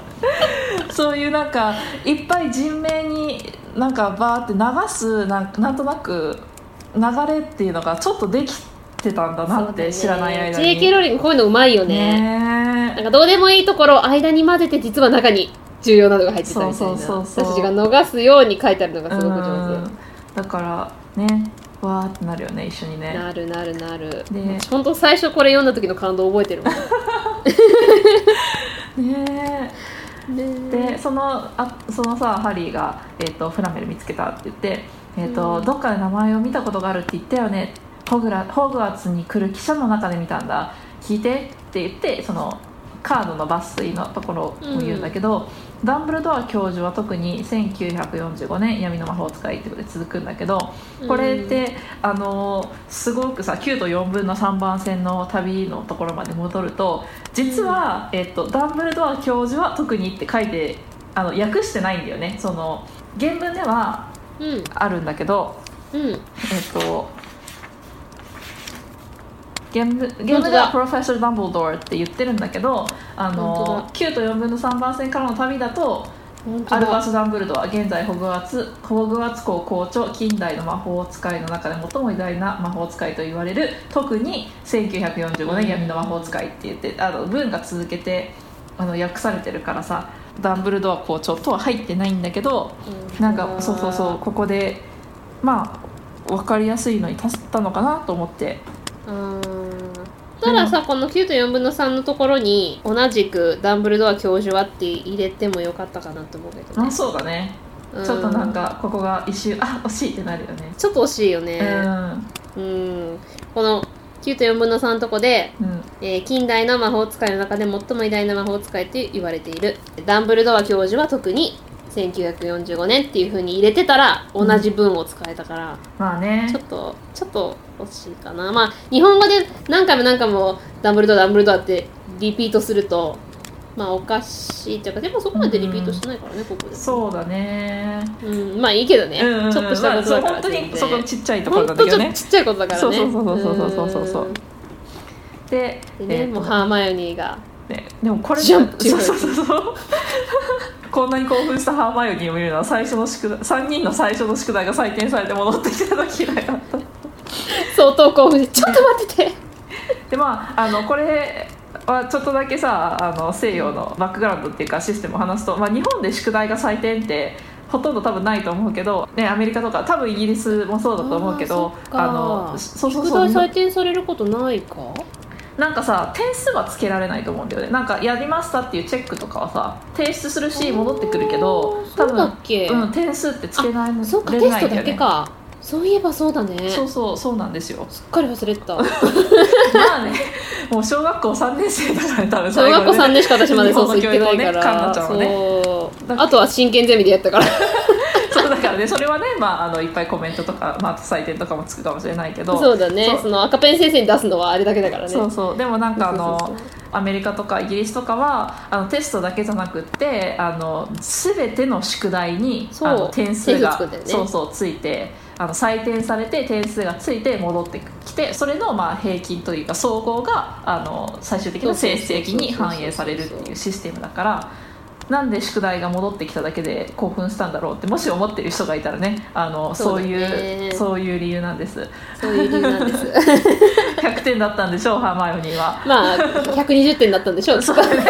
そういうなんかいっぱい人名になんかバーって流すなんなんとなく流れっていうのがちょっとできてたんだなって知らない間に
JK ローリングこういうのうまいよね
ね
なんかどうでもいいところを間に混ぜて実は中に重要なのが入ってたみた
そ
いうな
そうそうそう
私たちが逃すように書いてあるのがすごく上手
うんだからねわーってなるよね一緒にね
なるなるなる
ね
本当最初これ読んだ時の感動覚えてるもん
ねでそのあそのさハリーが、えーと「フラメル見つけた」って言って、えーと
うん
どっかで名前を見たことがあるって言ったよねホグラホグワーツに来る汽車の中で見たんだ聞いて」って言ってそのカードの抜粋のところを言うんだけど、ダンブルドア教授は特に1945年闇の魔法使いってことで続くんだけどこれって、あのすごくさ9と4分の3番線の旅のところまで戻ると実は、えっと、ダンブルドア教授は特にって書いてあの訳してないんだよねその原文では
うん
あるんだけど、
うん
えっと、原文原
本
文
当
では
だ
プロフェッショナル・ダンボルドアって言ってるんだけどあ
本
の9と4分の3番線からの旅だと
本当
アルバー
だ
ス・ダンブルドは現在ホグワーツホグワーツ校校長近代の魔法使いの中で最も偉大な魔法使いと言われる特に1945年闇の魔法使いって言ってあの文が続けてあの訳されてるからさダンブルドア校長とは入ってないんだけどなんかそうそうそうここでまあ分かりやすいのに足ったのかなと思って
うんたださこの9と4分の3のところに同じくダンブルドア教授はって入れてもよかったかなと思うけど
あ
ね
そうだね
う
ちょっとなんかここが一周あ惜しいってなるよね
ちょっと惜しいよ
う
ね
ん
うんこの9と4分の3のとこで
うん
えー近代の魔法使いの中で最も偉大な魔法使いと言われているダンブルドア教授は特に1945年っていう風に入れてたら同じ文を使えたから、
まあね
ちょっとちょっと惜しいかなまあ日本語で何回も何回もダンブルドアダンブルドアってリピートするとまあおかしいっていうかでもそこまでリピートしてないからね、ここで
そうだね
う、ん、まあいいけどね、
うんうんうん
ちょっとしたことだか
まあ
ら
そう本当
全
に
然
そこちっちゃいとこ
ほ
ろ
ん
なん
と
だけ
ちょ
ど
っと
ね
ちっちゃいことだからね
そうそうそうそうそうそうそう
うん
で
でね、
えーと
もうハーマイオニーが
ねでもこれ
ジャンプ
そうそうそうそう こんなに興奮したハーマイオニーを見るのは最初の宿題3人の最初の宿題が採点されて戻ってきた時以来だった
相当興奮して「ちょっと待ってて!」
でまああのこれはちょっとだけさあの西洋のバックグラウンドっていうかシステムを話すと、まあ、日本で宿題が採点ってほとんど多分ないと思うけど、ね、アメリカとか多分イギリスもそうだと思うけど
あーそっか
のそうそう
宿
そう
題採点されることないか
なんかさ点数はつけられないと思うんだよねなんかやりましたっていうチェックとかはさ提出するし戻ってくるけど
そ
多
う
分
だっけ、
うん、点数ってつけないの
そうか
れ
テ
な
ス
いん
ト
よ
だ
ね
けかそういえばそうだね
そうそうそうなんですよ
すっかり忘れ てた
まあねもう小学校3年生だからね多分
小
最後
学校
ね
3年しか私までそうそう
日
言っ
本
て
の
な
教
い
育をね環
から、
奈ちゃんはね
そう
だから
あとは真剣ゼミでやったから
そうだからねそれはね、まあ、あのいっぱいコメントとか、まあ、採点とかもつくかもしれないけど
そうだね
そう
その赤ペン先生に出すのはあれだけだからね
そうそうでもなんかあの
そうそう
アメリカとかイギリスとかはあのテストだけじゃなくってあの全ての宿題に
そう
あの点数
点数
が
つくんだよね
そうそうついてあの採点されて点数がついて戻ってきてそれのまあ平均というか総合があの最終的な成績に反映されるっていうシステムだから。なんで宿題が戻ってきただけで興奮したんだろうってもし思ってる人がいたらねあの
そ
そうう
だ
い
ね
うそういう理由なんです
そういう理由なんです
100点だったんでしょうハーマイオニーは
まあ120点だったんでしょう
そうだね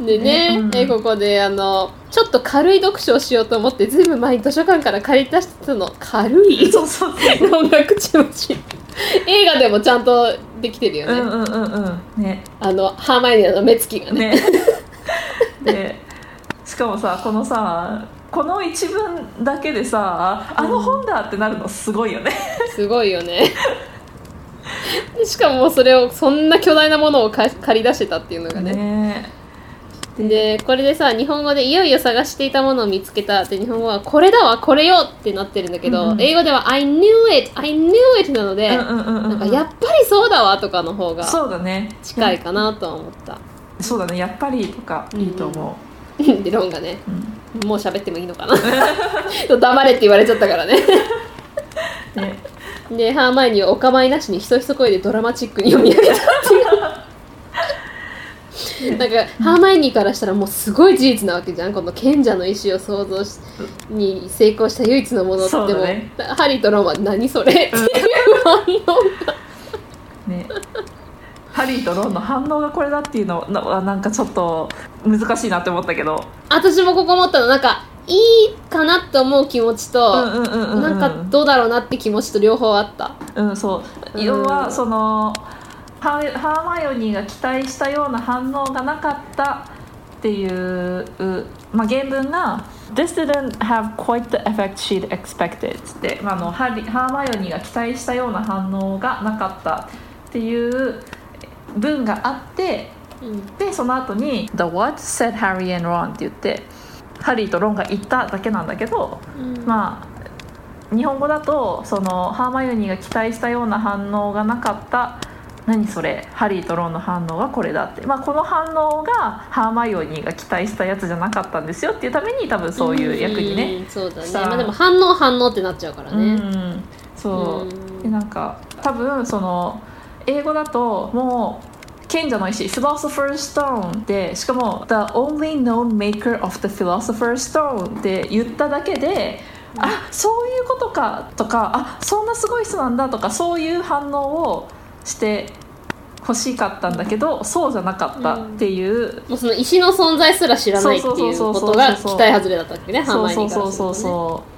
でね、
うん
えここであのちょっと軽い読書をしようと思ってずいぶん前に図書館から借り出したの軽い
そうそうそう。
音楽チムチ映画でもちゃんとできてるよ
う
ね、
んうんうんうん。ね。
あのハーマイオニーの目つきがね
ね。で、しかもさ、このさ、この一文だけでさ、あの本だってなるのすごいよね。
すごいよねでしかもそれをそんな巨大なものをか借り出してたっていうのがね
ね。
でこれでさ日本語でいよいよ探していたものを見つけたで日本語はこれだわこれよってなってるんだけど、
うんうん
英語では I knew it I knew it なの
う
で、
んうんうんうん。
なんかやっぱりそうだわとかの方が
そうだね。
近いかなとは思った、
そうだね。やっぱりとかいいと思
でロンがね
う。うん
もう喋ってもいいのかな 黙れって言われちゃったからね
ね。
でハーマイオニーはお構いなしにひそひそ声でドラマチックに読み上げたっていう なんか、ハーマイオニーからしたらもうすごい事実なわけじゃんこの賢者の意思を想像しに成功した唯一のものって
そう
も、
だね
ハリーとロンは何それっていう反応が
ね。ハリーとロンの反応がこれだっていうのはなんかちょっと難しいなって思ったけど、
私もここ思ったのなんかいいかなって思う気持ちと、
うんうんうんうん、
なんかどうだろうなって気持ちと両方あった
うん、そう
うん
要はそのハーハーマイオニーが期待したような反応がなかったっていう、うまあ、原文が「This didn't have quite the effect she'd expected」つって、まあ、あのハリハーマイオニーが期待したような反応がなかったっていう文があってでその後に「The what said Harry and Ron」って言ってハリーとロンが言っただけなんだけどまあ日本語だとそのハーマイオニーが期待したような反応がなかった何それハリーとロンの反応がこれだって、まあ、この反応がハーマイオニーが期待したやつじゃなかったんですよっていうために多分そういう役にね。
うんそうだね
さあ
まあでも反応反応ってなっちゃうから
う
ね、
ん、そう、
うん
でなんか多分その英語だともう賢者の石 Philosopher's Stone でしかも The only known maker of the Philosopher's Stone って言っただけで、あそういうことかとかあそんなすごい人なんだとかそういう反応をして欲しかったんだけど、そうじゃなかったっていう、
もうその石の存在すら知らないっていう
そうそ
こ
うそうそうそう
とが期待外れだったっけねハー
そう
マイオ
そ
ニ
う
ーから
そう
す
そ
る
う
とね
そ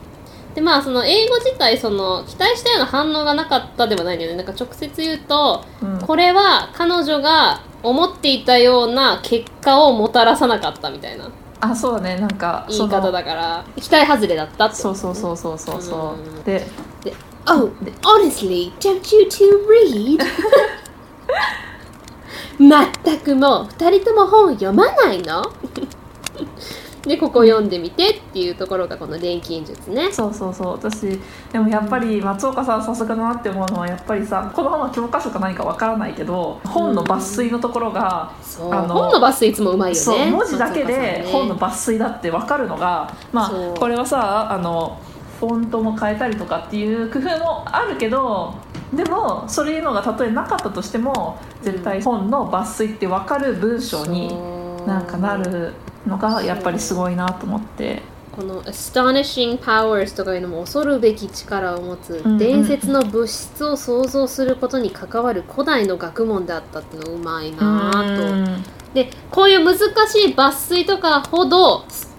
でまあその英語自体その期待したような反応がなかったではないのよねなんか直接言うと、
う、うん、
これは彼女が思っていたような結果をもたらさなかったみたいな
あそうだねなんか
言い方だから期待外れだったって
そのそうそうそうそうそうそううで
Oh, honestly, don't you two read? まったくもう二人とも本を読まないの でここ読んでみてっていうところがこの錬金術ね
そうそうそう私でもやっぱり松岡さんさすがだなって思うのはやっぱりさこの本の教科書か何かわからないけど本の抜粋のところが、
そう
あの
本の抜粋いつもうまいよね
そう文字だけで
松岡さんね
本の抜粋だってわかるのが、ま
そう
あこれはさあのフォントも変えたりとかっていう工夫もあるけどでもそういうのがたとえなかったとしても絶対本の抜粋ってわかる文章に
そう
なんかなるのがやっぱりすごいなと思って。
この astonishing powers とかいうのも恐るべき力を持つ
んうん
伝説の物質を想像することに関わる古代の学問であったっていうのうまいなぁと
うん
でこういう難しい抜粋とかほどす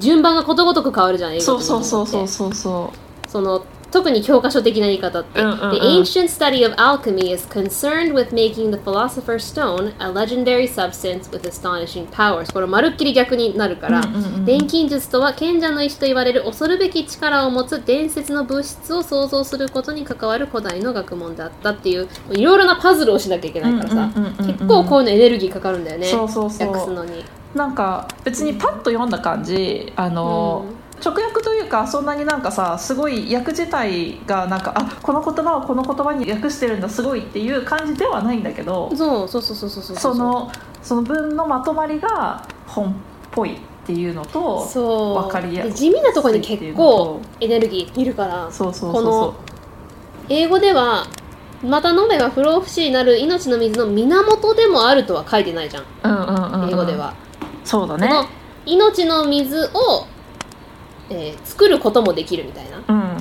順番がことごとく変わるじゃん英語
そ
と
う
日本
そ
語
う
って
そうそうそうそう
その特に教科書的な言い方って。
うんうんうん
The ancient study of alchemy is concerned with making the philosopher's stone a legendary substance with astonishing powers. これまるっきり逆になるから、錬金術とは賢者の石と言われる恐るべき力を持つ伝説の物質を想像することに関わる古代の学問だったっていう、いろいろなパズルをしなきゃいけないからさ、
うんうんうんうんうん
結構こういうのエネルギーかかるんだよね。
そうそうそう
訳すのに。
なんか別にパッと読んだ感じあの、直訳というかそんなになんかさすごい訳自体がなんかあこの言葉をこの言葉に訳してるんだすごいっていう感じではないんだけど
そうそうそうそうそうそう
そのその文のまとまりが本っぽいっていうのと
そう
わかりやすい
で地味なところに結構エネルギーいるから
そうそうそ
こ
うそ
の英語では「また飲めば不老不死になる命の水の源でもある」とは書いてないじゃん
う、うんうんうんうん、
英語では、
そうだ
こ
ね
の命の水を、えー作ることもできるみたいな
うん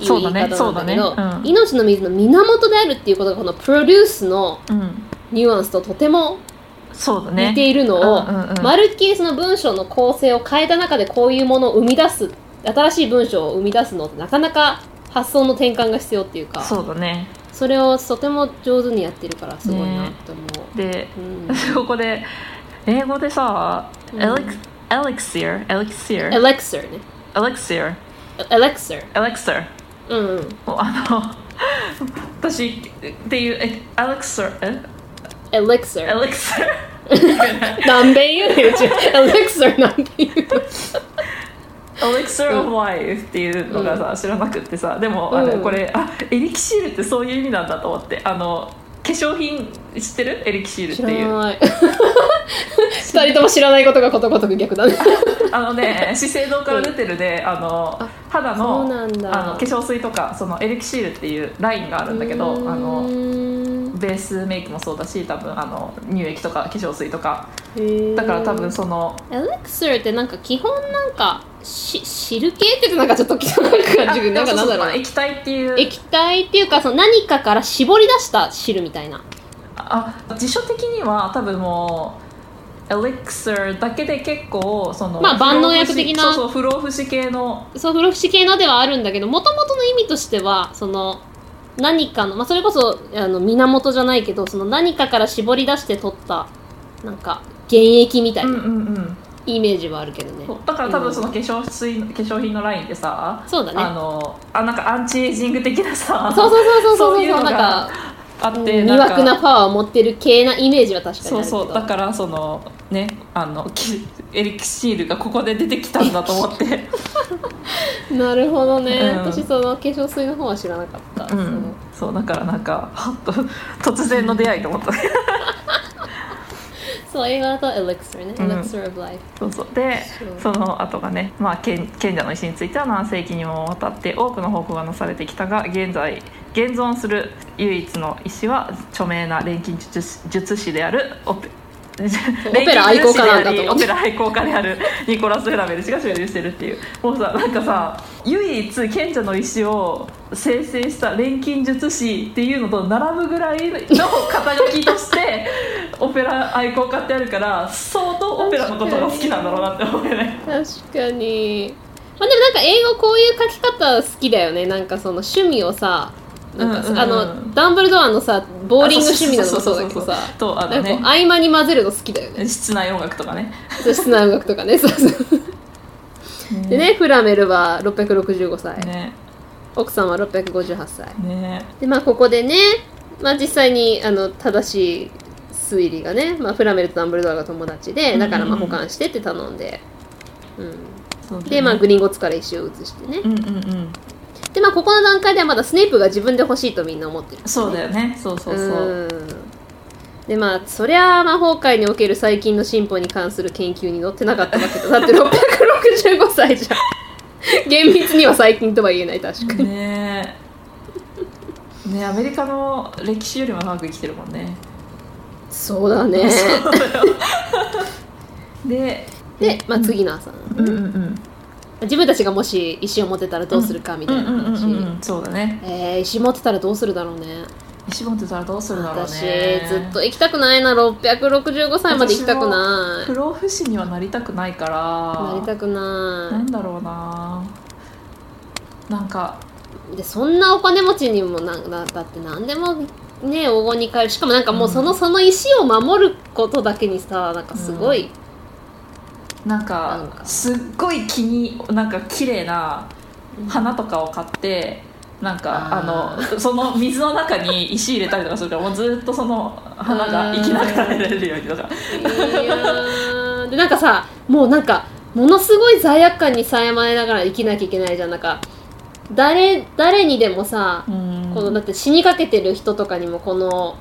いう
そ
言
う
い
だね
方なんだけど、
そうだねうん
命の水の源であるっていうことがこのプロデュースの
うん
ニュアンスととても
そうだね
似ているのを、
うんうんうん
まるっきりその文章の構成を変えた中でこういうものを生み出す新しい文章を生み出すのってなかなか発想の転換が必要っていうか
そうだね
それをとても上手にやってるからすごいなと思
で
う、うん、
ここで英語でさ、
うん
エレクエレクシアエレクシア
エレクサーね
エレクシア
エレクサー
エレクシア
うんうん
あの 私っていうえエレクシアえ
エレクサ
エ
ー
レクシア
なんで言うのよちエレクサーなんで言うの
エレクシア of life っていうのがさ、知らなくってさでも、あ
う
の
ん
これあエリキシールってそういう意味なんだと思ってあの化粧品知ってるエリキシールっ
知
て
ら
いう
ない二人とも知らないことがことごとく逆だね
あの ね資生堂から出てるで、あの肌
そ
の
うなんだ
あの化粧水とかそのエリキシールっていうラインがあるんだけどあの
うーん
ベースメイクもそうだし多分あの乳液とか化粧水とか
へー
だから多分その
エレクサーってなんか基本なんかし汁系って言うとなんかちょっと汚く感じる
あ
な
でも
んかなん
そうそ
だ
う
ろうな
液体っていう
液体っていうかその何かから絞り出した汁みたいな
あ辞書的には多分もうエレクサーだけで結構その
まあ万能薬的な
不老不死そうそう不老不死系の
そう不老不死系のではあるんだけどもともとの意味としてはその何かの、まあ、それこそあの源じゃないけどその何かから絞り出して取ったなんか原液みたいうなん
うんうん
イメージはあるけどね、
そうだから多分その
うん
化粧水化粧品のラインってさ
そうだね
あのあなんかアンチエイジング的なさ
そうそうそうそうそう
そういうの
なん
が
か
あ
う
っ
ん
て
魅
なんか
惑なパワーを持ってる系なイメージは確かにあ
そう
る
そう
けど
だからそのねあのきエリキシールがここで出てきたんだと思って
なるほどね、
うん
私その化粧水の方は知らなかった、
う
そうん
そうだからなんかはっと突然の出会いと思った
そう映画だとエレクサーね、
うん
エレクサー・オブ・ライフ
そうそうで
そ
その後がね、まあ、賢賢者の石については何世紀にもわたって多くの報告がなされてきたが現在現存する唯一の石は著名な錬金術師術師であるオ ペ
オペラ愛好家なんだと思って
オペラ愛好家である ニコラス・フラベル氏が所有してるっていうもうさなんかさ唯一賢者の石を生成した錬金術師っていうのと並ぶぐらいの肩書きとしてオペラ愛好家ってあるから相当オペラのことが好きなんだろうなって思うよね。
確かにまあでもなんか英語こういう書き方好きだよねなんかその趣味をさなんかさ、
うんうんうん
あのダンブルドアのさボーリング趣味なのも
あそ
そう
そう
う
そうそう
だけどさ
とあ
な
の
んかこ
ね
う合間に混ぜるの好きだ よね
室内音楽とかね
そして音楽とかねそうそうでねフラメルは665歳、
ね
奥さんは658歳
ね
でまあここでね、まあ、実際にあの正しい推理がね、まあ、フラメルとダンブルドアが友達でだからまあ
うんうんう
保
ん
管してって頼んで、うん、
そうだね
でまあグリンゴッツから石を移してね
うんうんうん
でまあここの段階ではまだスネープが自分で欲しいとみんな思ってる
そうだよねそうそうそう
うんでまあそりゃあ魔法界における最近の進歩に関する研究に載ってなかったわけだだって665歳じゃん厳密には最近とは言えない確かに
ねねアメリカの歴史よりも長く生きてるもんね
そうだ ね
で
で、まあ、次の朝、
うんうんうん
自分たちがもし石を持ってたらどうするかみ
う
た
ん
いうなん
うん
話、
うんうんそうだね
えー、石持ってたらどうするだろうね
石持ってたらどうするだろう
私
ね
ずっと行きたくないな665歳まで行きたくな
不老不死にはなりたくないから
いなりたく
な
なん
だろうななんか
でそんなお金持ちにもなんだだって何でもね黄金に変えるしかもなんかもうその、その石を守ることだけにさなんかすごい、
なん
なん
か
か
すっごい気になんか綺麗な花とかを買ってなんかあ
あ
のその水の中に石入れたりとかするからもうずっとその花が生きながられるようにとか
いやーでなんかさもうなんかものすごい罪悪感にさえまれながら生きなきゃいけないじゃんなんか誰誰にでもさ、
うん
このだって死にかけてる人とかにもこの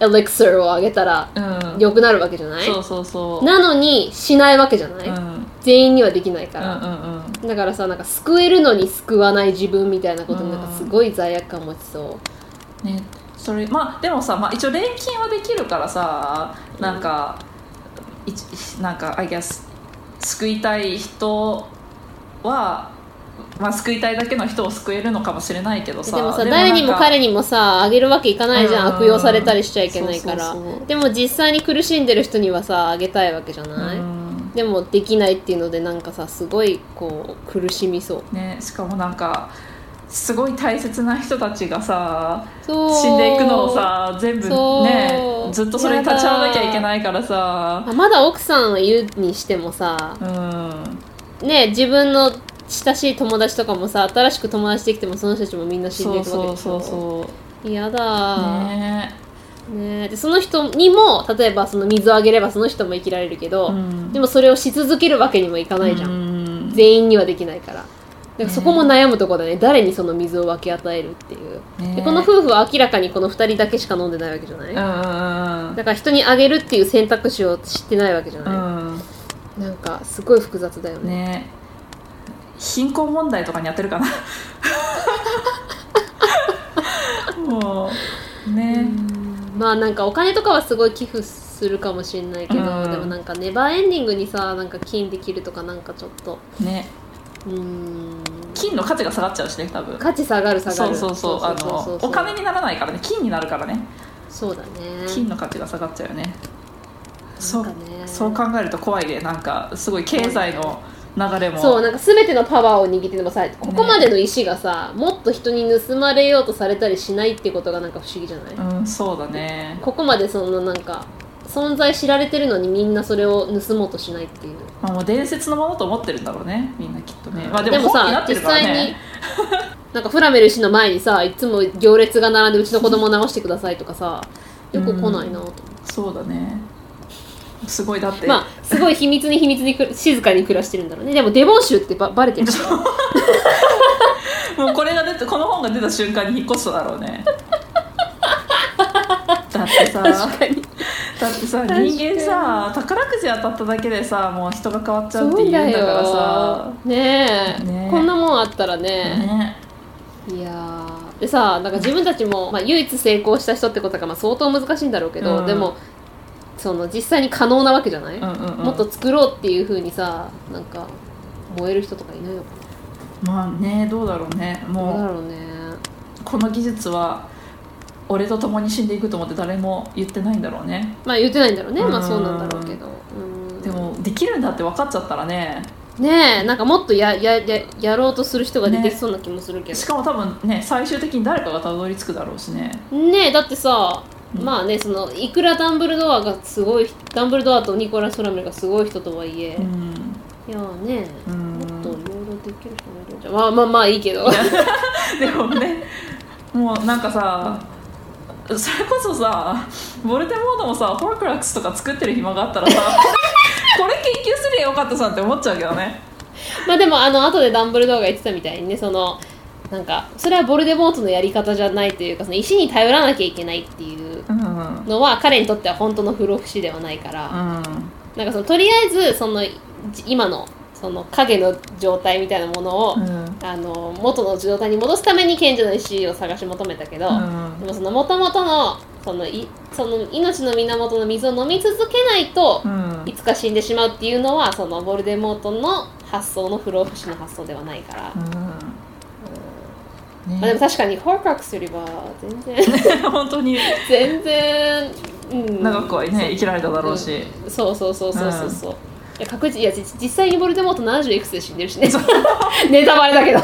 エレクサーをあげたら
うん
良くなるわけじゃない
そうそうそう
なのにしないわけじゃない、
うんうん
全員にはできないか
う
ら、
んうん
だからさなんか救えるのに救わない自分みたいなことに
うん
なんかすごい罪悪感持ちそ
ねそれまあでもさ、まあ、一応錬金はできるからさなんか、いちなんか I guess 救いたい人は、まあ、救いたいだけの人を救えるのかもしれないけど
う
さ
でもさ誰にも彼
に
にもさあげるわけいかないじゃん、
うん
悪用されたりしちゃいけないか
そ
ら
うそうそう
でも実際に苦しんでる人にはさあげたいわけじゃない、でもできないっていうのでなんかさすごいこう苦しみそう
ね、しかもなんかすごい大切な人たちがさ
そう
死んでいくのをさ全部
そう
ねずっとそれに立ち会わなきゃいけないからさ
あまだ奥さんが言うにしてもさ
うん
ね自分の親しい友達とかもさ新しく友達できてもその人たちもみんな死んで
そ
いうくわけ
そ
で
う
し
そう
ょ
そ
嫌
う
だ、
ね
ねえでその人にも例えばその水をあげればその人も生きられるけど、
ん
でもそれをし続けるわけにもいかないじゃん、
うん
全員にはできないからだからそこも悩むとこだね誰にその水を分け与えるっていう、
ね
でこの夫婦は明らかにこの2人だけしか飲んでないわけじゃない、
うんうん
だから人にあげるっていう選択肢を知ってないわけじゃ
う
ない、
ん
なんかすごい複雑だよ
うん
ね
ね貧困問題とかにやってる かなもうね
まあなんかお金とかはすごい寄付するかもしれないけど、
うん
でもなんかネバーエンディングにさなんか金できるとかなんかちょっと
ね
うーん
金の価値が下がっちゃうしね多分
価値下がる下が
そう
る
そうそうあのお金にならないからね金になるからね
そうだね
金の価値が下がっちゃうよね
な
そ
ん
う
かね
そう考えると怖いねなんかすごい経済の流れも
そうなんか全てのパワーを握ってでもさここまでの石がさ、もっと人に盗まれようとされたりしないってことがなんか不思議じゃない、
うんそうだね
ここまでそのなんか存在知られてるのにみんなそれを盗もうとしないっていう
まあもう伝説のものと思ってるんだろうねみんなきっとねまあで
で
も
も
本にな
さ
って
実
るから
際
ね
になんかフラメル氏の前にさいつも行列が並んでうちの子供を直してくださいとかさよく来ないなと思って、
そうだねすごいだって、
まあすごい秘密に秘密にく静かに暮らしてるんだろ うねでもデボン州ってばバレてるでしょ
もうこれが出てこの本が出た瞬間に引っ越すだろう ねだってさ
確かに
だってさ
かに
人間さ宝くじ当たっただけでさもう人が変わっちゃうってい
そううん
だ
だよ
からさ
ねえ
ねえ
こんなもんあったらね
ね
いやーでさなんか自分たちも、まあ、唯一成功した人ってことがまあ相当難しいんだろうけど、
うん
でもその実際に可能なわけじゃない、
うんうんうん
もっと作ろうっていうふうにさなんか燃える人とかいないのか
まあねどうだろうね
などうだ
も
ろうね
うこの技術は俺と共に死んでいくと思って誰も言ってないんだろうね
まあ言ってないんだろうね、ま
う
あ
ん
そうなんだろうけどうん
でもできるんだって分かっちゃったらね
ねえなんかもっとややややろうとする人が出てきそうな気もするけど
しかも多分ね最終的に誰かがたどり着くだろうしね
ねえだってさ、
うん
まあねそのいくらダンブルドアがすごいダンブルドアとニコラス・フラメルがすごい人とはいえ、
うん
いやーね
うん
もっといろいろできる人もいるんじゃんまあまあまあいいけど
でもねもうなんかさそれこそさボルテモードもさホークラックスとか作ってる暇があった らさこれ研究すりゃよかったさって思っちゃうけどね
まあでもあの後でダンブルドアが言ってたみたいにねそのなんかそれはボルデモートのやり方じゃないというかその石に頼らなきゃいけないっていう
うんうん
のは彼にとっては本当の不老不死ではないから、なんかそのとりあえずそのじ今のその影の状態みたいなものを、
うん
あの元の状態に戻すために賢者の石を探し求めたけど、
うん
でもその元々のそのいその命の源の水を飲み続けないと
う、ん
いつか死んでしまうっていうのはそのボルデモートの発想の不老不死の発想ではないから、ま
うん
あ、でも
ね
確かにホークラックスよりは全 然
本当に
全然、うん、
長くはね生きられただろうし、
そうそうそうそうそうそう、いや確実いやじ実際にボルデモート70いくつで死んでるしねネタバレだけど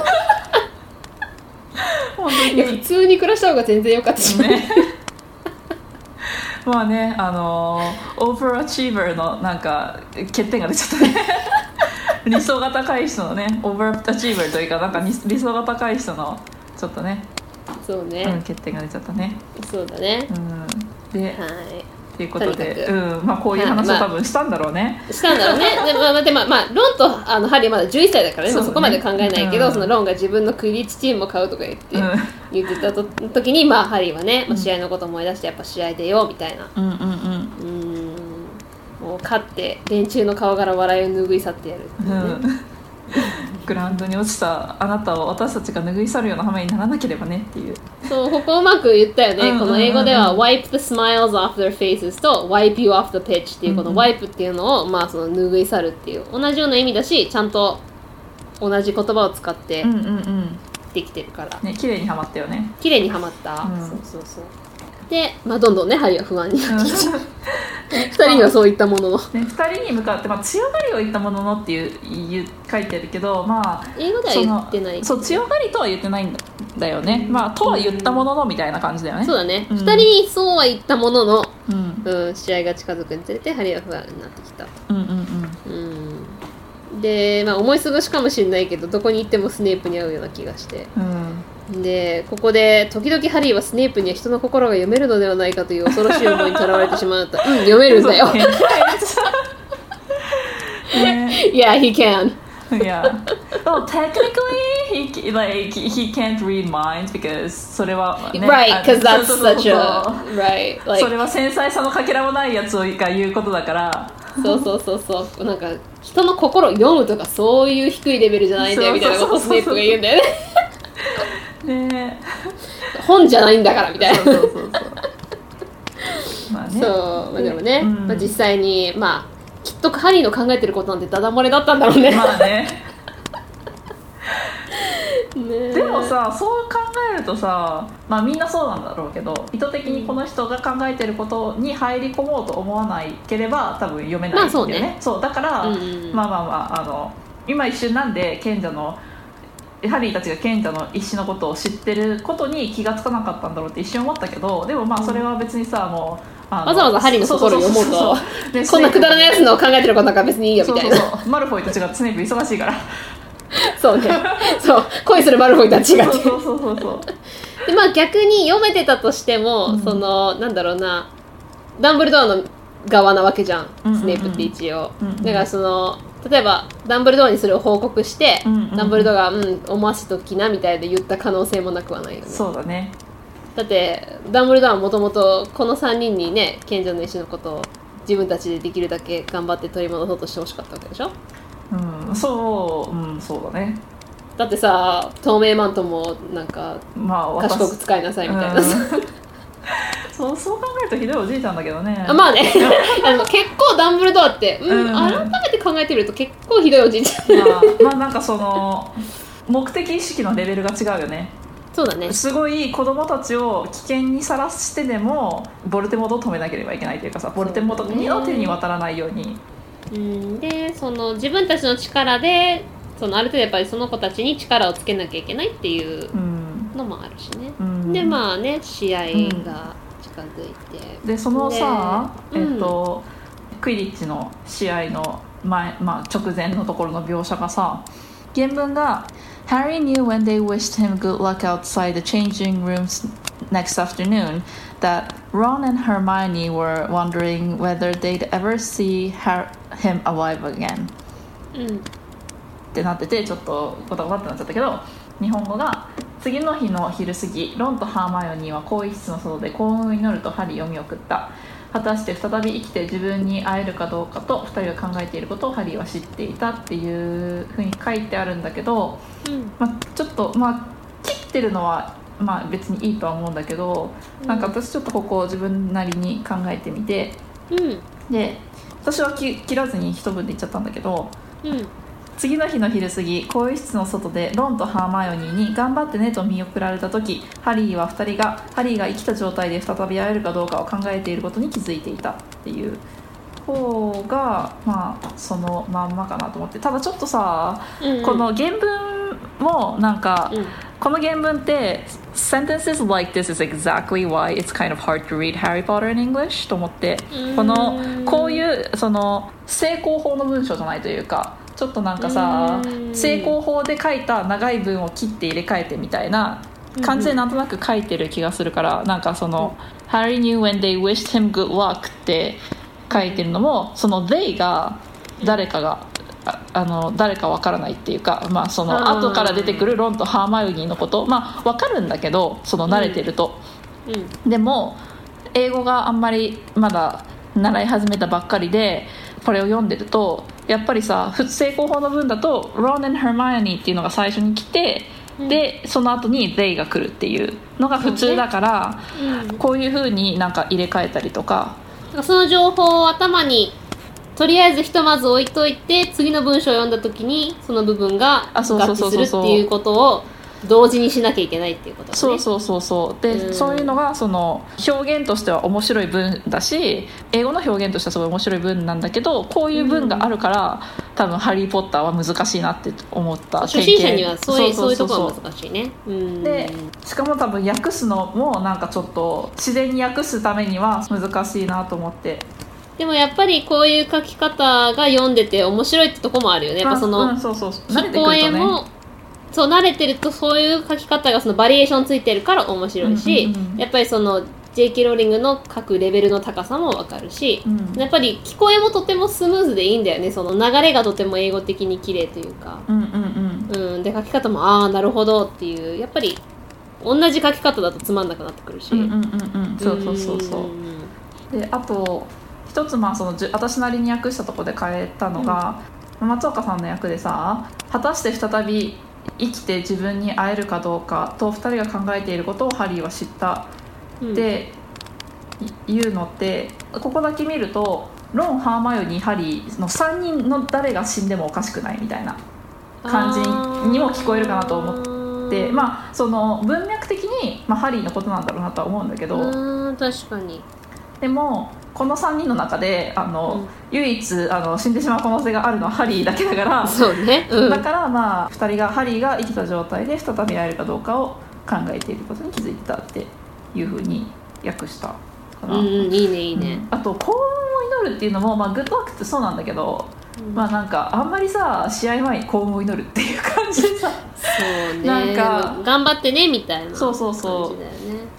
本当
いや普
に
通に暮らした方が全然良かったしね
ねまあねあのーオーバーアチーバーのなんか欠点が出ちゃった ね理想が高い人のねオーバーアチーバーというかなんかに理想が高い人のちょっとね、
そうね、
うん、欠点が出ちゃったね、
そうだね
うん、で
はい
ということで
とにかく
うんまあ、こういう話を多分したんだろうね、
したんだろ うね。でまあ、でまあ、まあ、ロンとあのハリーはまだ11歳だからね、
そう
そ
ね
そこまで考えないけど、
うん
そのロンが自分のクイディッチチームを買うとか言って、
うん
言ってたと時に、まあ、ハリーはね、まあ、試合のこと思い出して、やっぱ試合出ようみたいな。
うんうんうん
うーん、もう勝って、連中の顔から笑いを拭い去ってやるっていうね、
グラウンドに落ちたあなたを私たちが拭い去るような羽目にならなければねっていう
そう、ここうまく言ったよね。
うん
この英語では、wipe the smiles off their faces と wipe you off the pitch っていう、この wipe っていうのを、まあ、その拭い去るっていう、同じような意味だし、ちゃんと同じ言葉を使って
うんうんうん
できてるから。
ね綺麗にはまったよね
綺麗にはまった、
うん
そうそうそうで、まあ、どんどんねハリーは不安になってきて
ね
二人にはそういったものの
2人に向かって、まあ、強がりを言ったもののっていう言う書いてあるけどまあ
英語では
そ
言
の
ってない
そう強がりとは言ってないんだよねまあとは言ったもののみたいな感じだよね
そうだね、
うん
二人にそうは言ったものの、
うん
うん、試合が近づくにつれてハリーは不安になってきたと
うんうんうん
うんで、まあ、思い過ごしかもしれないけどどこに行ってもスネープに会うような気がして
うん
でここで時々ハリーはスネープには人の心が読めるのではないかという恐ろしい思いにとらわれてしまった、うん、読めるんだよ
そうねね
Yeah he can
yeah. Well, technically, he c- like he can't read minds because それは ね。あ
right
の
because that's
そうそうそう
such
そう
a right
それ
like
は繊細さのかけらもないやつをが言うことだから。
そうそうそうそうなんか人の心を読むとかそういう低いレベルじゃないんだよみたいなことをスネープが言うんだよね
ね。
本じゃないんだからみたいな
そうそうそうそう。まあね。
そう、まあ、でもね、
うん
まあ、実際にまあきっとハリーの考えてることなんてダダ漏れだったんだろうね,、
まあ ね。
ね
でもさ、そう考えるとさ、まあみんなそうなんだろうけど、意図的にこの人が考えてることに入り込もうと思わないければ、多分読めないんだ
まあそ
よ
う
ね。
ね
そうだから。
うんうんうん
まあまあまああの今一瞬なんで賢者のハリーたちが賢者の石のことを知ってることに気がつかなかったんだろうって一瞬思ったけどでもまあそれは別にさもうあの
わざわざハリーの心を読もう
そそ
と
そそうで
こんなくだらないや
ス
つの考えてることなんか別にいいよ
ネー
み
プ
たい
そ
な
うそうそうマルフォイたちがスネープ忙しいから
そうねそう恋するマルフォイとは違
そう
って
そうそうそうそう
でまあ逆に読めてたとしても、
うん
そのなんだろうなダンブルドアの側なわけじゃん,、
うんうんうん
スネープって一応、
うんうん
だからその例えばダンブルドアにそれを報告して、
うんうんうん
ダンブルドアが「うん思わせときな」みたいで言った可能性もなくはないよね
そうだね
だってダンブルドアはもともとこの3人にね賢者の石のことを自分たちでできるだけ頑張って取り戻そうとしてほしかったわけでしょ
うんそううんそうだね
だってさ透明マントもなんか
まあ私
賢く使いなさいみたいなさ
うんそうそう考えるとひどいおじいちゃんだけどね
あまあね あの結構ダンブルドアって、うん
うん
改めて考えてみると結構ひどいおじいち ゃん
まあ、まあなんかその目的意識のレベルが違うよね
そうだね
すごい子供たちを危険にさらしてでもボルテモードを止めなければいけないというかさボルテモードの手に渡らないように
うんでその自分たちの力でそのある程度やっぱりその子たちに力をつけなきゃいけないっていう
うん、
のもあるしね、
うん、
でまあね試合が近づいて、
でそのさ、
ねうん
えっとクイリッチの試合の前、まあ、直前のところの描写がさ原文が「Harry knew when they wished him good luck outside the changing rooms next afternoon that Ron and Hermione were wondering whether they'd ever see Har- him alive again」
うん
ってなっててちょっとごたごたってなっちゃったけど日本語が次の日の昼過ぎロンとハーマイオニーは更衣室の外で幸運を祈るとハリーを見送った果たして再び生きて自分に会えるかどうかと2人が考えていることをハリーは知っていたっていうふうに書いてあるんだけど、
うん
まあ、ちょっとまあ切ってるのはまあ別にいいとは思うんだけどなんか私ちょっとここを自分なりに考えてみて
うん
で私はき切らずに一文で言っちゃったんだけど
うん
次の日の昼過ぎ更衣室の外でロンとハーマイオニーに「頑張ってね」と見送られた時ハリーは2人がハリーが生きた状態で再び会えるかどうかを考えていることに気づいていたっていう方がまあそのまんまかなと思ってただちょっとさ
うん
この原文もなんか
うん
この原文って sentences like this is exactly why it's kind of hard to read Harry Potter in English と思ってこのこういうその成功法の文章じゃないというかちょっとなんかさ成功法で書いた長い文を切って入れ替えてみたいな感じでなんとなく書いてる気がするからなんかその「Harry knew when they wished him good luck」って書いてるのもその「they」が誰かがああの誰かわからないっていうか、まあ、その
あー
後から出てくるロンとハーマイオニーのことまあわかるんだけどその慣れてると、
うん
でも英語があんまりまだ習い始めたばっかりでこれを読んでるとやっぱりさ普通成功法の文だと「Ron and Hermione」っていうのが最初に来て、でその後に「they」が来るっていうのが普通だから、こういうふうになんか入れ替えたりとか
なんかその情報を頭にとりあえずひとまず置いといて次の文章を読んだ時にその部分が合
あそうそ
致
うそう
す
そ
る
う
っていうことを同時にしなきゃいけないっていうことだね
そうそうそうそうで、
うん
そういうのがその表現としては面白い文だし英語の表現としてはすごい面白い文なんだけどこういう文があるから、多分「ハリー・ポッター」は難しいなって思った
初心者には
典型
そういうそういう
そ
と
うそう
こ
そう
ろが難しいねうん
でしかも多分訳すのもなんかちょっと自然に訳すためには難しいなと思って
でもやっぱりこういう書き方が読んでて面白いってとこもあるよねやっぱそ
まあう
の
んそうそうそう慣れて
聞
く
こ
る
え
とね
もそう慣れてるとそういう書き方がそのバリエーションついてるから面白いし、
うんうんうん
やっぱりその J.K. ローリングの各レベルの高さもわかるし、
うん
やっぱり聞こえもとてもスムーズでいいんだよねその流れがとても英語的に綺麗というか、
うんうんうん
うん、で書き方もああなるほどっていうやっぱり同じ書き方だとつまんなくなってくるし、
うんうんうんうんそうそうそうそう
うん
であと一つまあそのじゅ私なりに訳したところで変えたのが、松岡さんの役でさ果たして再び生きて自分に会えるかどうかと2人が考えていることをハリーは知った
うん
って言うのってここだけ見るとロンハーマイオニーハリーの3人の誰が死んでもおかしくないみたいな感じにも聞こえるかなと思で
あ
まあその文脈的に、まあ、ハリーのことなんだろうなとは思うんだけ
ー
ど。
うん確かに
でもこの3人の中であの、唯一あの死んでしまう可能性があるのはハリーだけだから、
そうねうん
だからまあ2人がハリーが生きた状態で再び会えるかどうかを考えていることに気づいたっていうふうに訳したかな、
うんうんいいねいいね、
あと幸運を祈るっていうのも、まあ、グッドワークってそうなんだけど、まあなんかあんまりさ試合前に幸運を祈るっていう感じでさ
そうね
なんか
頑張ってねみたいな
そう
感じ
そうそ
だよね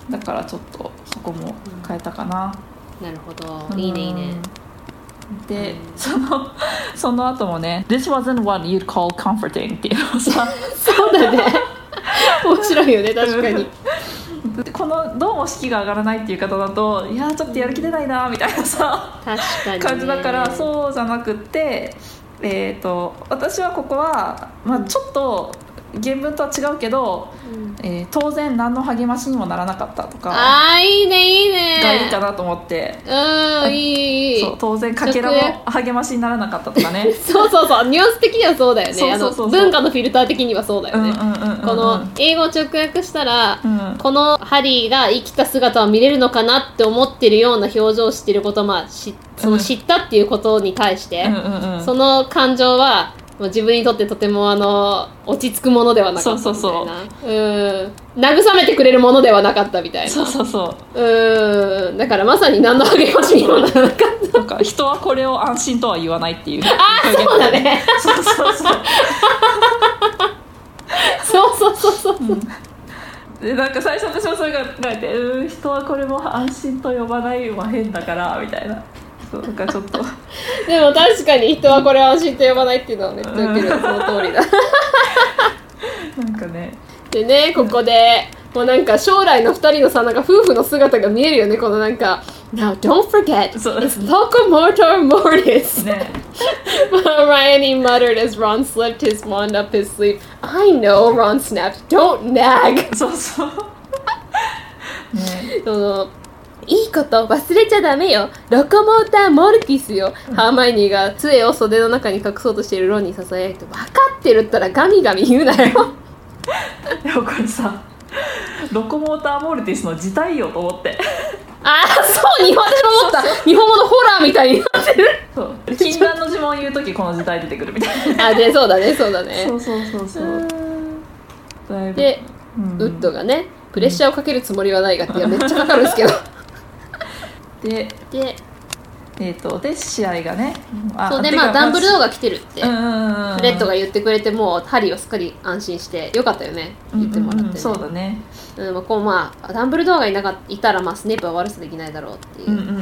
うだからちょっとそこも変えたかな、
なるほどいいねいいね
で、その その後もね「This wasn't what you'd call comforting」っていうのを さ
そうだね面白いよね確かに
このどうも士気が上がらないっていう方だと「いやーちょっとやる気出ないな」みたいなさ
確かにね
感じだからそうじゃなくってえっ、と私はここは、まあ、ちょっと原文とは違うけど、えー当然何の励ましにもならなかったとか
あーいいねいいね
がいいかなと思って。
うんいいいいいい
そう当然かけらも励ましにならなかったとかね
そうそうそうニュアンス的にはそうだよ
そう
ねあ
そう
の
そうそう
文化のフィルター的にはそうだ
う
よ
んうん
ね
うんうんうん
この英語を直訳したら、
うん
このハリーが生きた姿を見れるのかなって思ってるような表情をしてることまあしその知ったっていうことに対して、
うんうんうん
その感情はもう自分にとってとてもあの落ち着くものではなかったみたいな
そうそう
そううん慰めてくれるものではなかったみたいな
そうそうそう
うんだからまさに何の励ましにもならなかった
なんか人はこれを安心とは言わないっていう。
あ そうだね
そうそうそう。
そうそうそうそう
でなんか最初私もそれが考えて、うーん人はこれも安心と呼ばないは変だからみたいな。そうなんかちょっと
でも確かに人はこれを安心と呼ばないっていうのはめっちゃウケる、
うん
その通 りだ
なんかね。
でねここでもうなんか将来の二人のさなんか夫婦の姿が見えるよねこのなんか「Now don't forget
そう
it's locomotor mortis
ね。
Hermione muttered as Ron slipped his wand up his sleeve I know Ron snapped don't nag
そうそう。ね。
そのいいこと忘れちゃダメよロコモーターモルティスよ、ハーマイニーが杖を袖の中に隠そうとしているロンにささやいて分かってるったらガミガミ言うなよ
でもこれさ。ロコモーターモルティスの辞退よと思って
ああそう日本で思った日本語のホラーみた いになってる
そう禁断の呪文を言う時この辞退出てくるみたいな
あでそうだねそうだね
そうそうそうそうだいぶ
で、
うん
ウッドがねプレッシャーをかけるつもりはないがっていやめっちゃかかるんですけど
で、
で
えっとで試合がねあ
そうで
て
まあ
か
ダンブルドアが来てるって
うんうんうん
フレッドが言ってくれてもうハリーはすっかり安心してよかったよね言ってもらっ
う
て、ね
んうんうんそうだね
うんまあこうまあダンブルドアがいなかっいたらまあスネープは悪さできないだろうっていう、
うんうんうんうん
う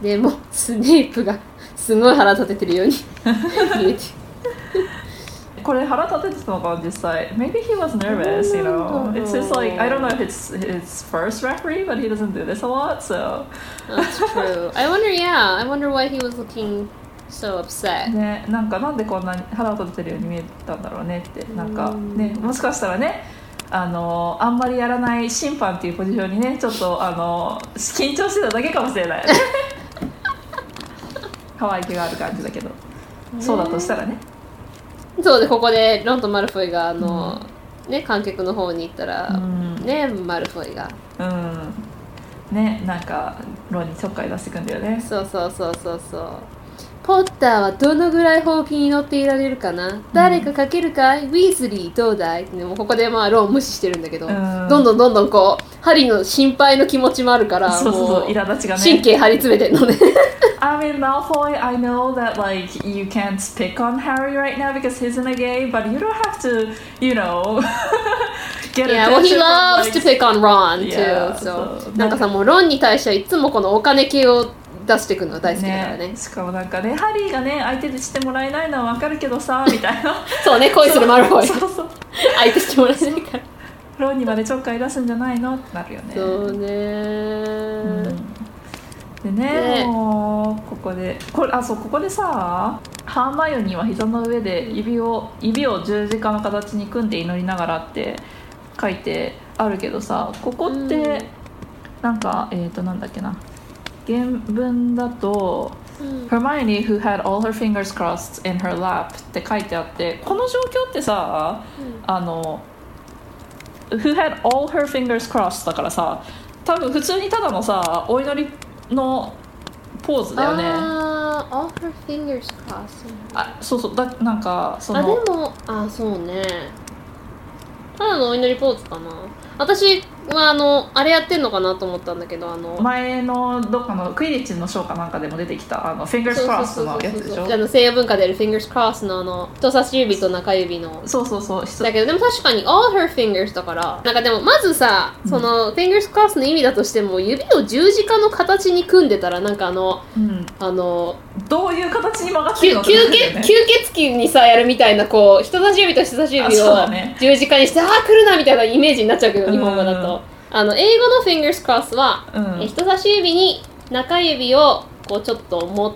んでもうスネープがすごい腹立ててるように見えて
これ腹立ててたのかな実際 Maybe he was nervous, you know It's just like, I don't know if it's his first referee But he doesn't do this a lot, so
That's true I wonder yeah I wonder why he was looking so upset
ね、なんかなんでこんなに腹を立ててるように見えたんだろうねってなんか、ね、もしかしたらねあのあんまりやらない審判っていうポジションにねちょっとあの緊張してただけかもしれ ない可愛げがある感じだけどそうだとしたらね
そうでここでロンとマルフォイがあの、ね観客の方に行ったら、
うん
ねマルフォイが
うんねなんかロンにちょっかい出してくんだよね
そうそうそうそうそうポッターはどのぐらいほうきに乗っていられるかな、誰かかけるかいウィーズリーどうだいでもここでまあローン無視してるんだけど、
うん
どんどんどんどんこうハリーの心配の気持ちもあるから
そうそうそう
も
苛立ちがね
神経張り詰めてるのね
I mean, Malfoy, I know that like you can't pick on Harry right now because he's in a gay, but you don't have to, you know, get
Yeah, well,
attention from,
he loves to
like-
pick on Ron too.
Yeah,
そう
そう
なんかさ、もうロンに対してはいつもこのお金系を出してくるの大好き だからね。
ね、しかもなんかねハリーがね相手でしてもらえないのはわかるけどさみたいな
そうね、恋するマルフォイ。
そうそう
相手してもらえないから。
ロンにまでちょっかい出すんじゃないのってなるよね
そうね
でね
ね
もうここでこれあそうここでさハーマイオニーは膝の上で指を指を十字架の形に組んで祈りながらって書いてあるけどさここって、
うん
なんかえっ、ー、となんだっけな原文だと「Hermione who had all her fingers crossed in her lap」って書いてあってこの状況ってさ、あの「who had all her fingers crossed」だからさ多分普通にただのさお祈りのポーズだよね
ああ、all her fingers crossed.
あそうそうだなんかそ
あ、で
の
も、あ、そうね。ただのお祈りポーズかな。私はあの、あれやってんのかなと思ったんだけど、あの、
前のどっかのクイディッチのショーかなんかでも出てきたあのフィンガースクロスのやつでしょ
あの西洋文化である fingers cross のあの人差し指と中指の
そうそうそうひそ
だけどでも確かに all her fingers だからなんかでもまずさその fingers cross の意味だとしても指を十字架の形に組んでたらなんかあの
うん
あの
どういう形に曲がって
吸
るの
吸
って感じだよ
血
ね
吸血鬼にさやるみたいなこう人差し指と人差し
あ
指
そう
を
だね
十字架にしてああー来るなみたいなイメージになっちゃうけ
う
ど
ん
日本語だとあの英語の fingers cross は
うん
え人差し指に中指をこうちょっと持っ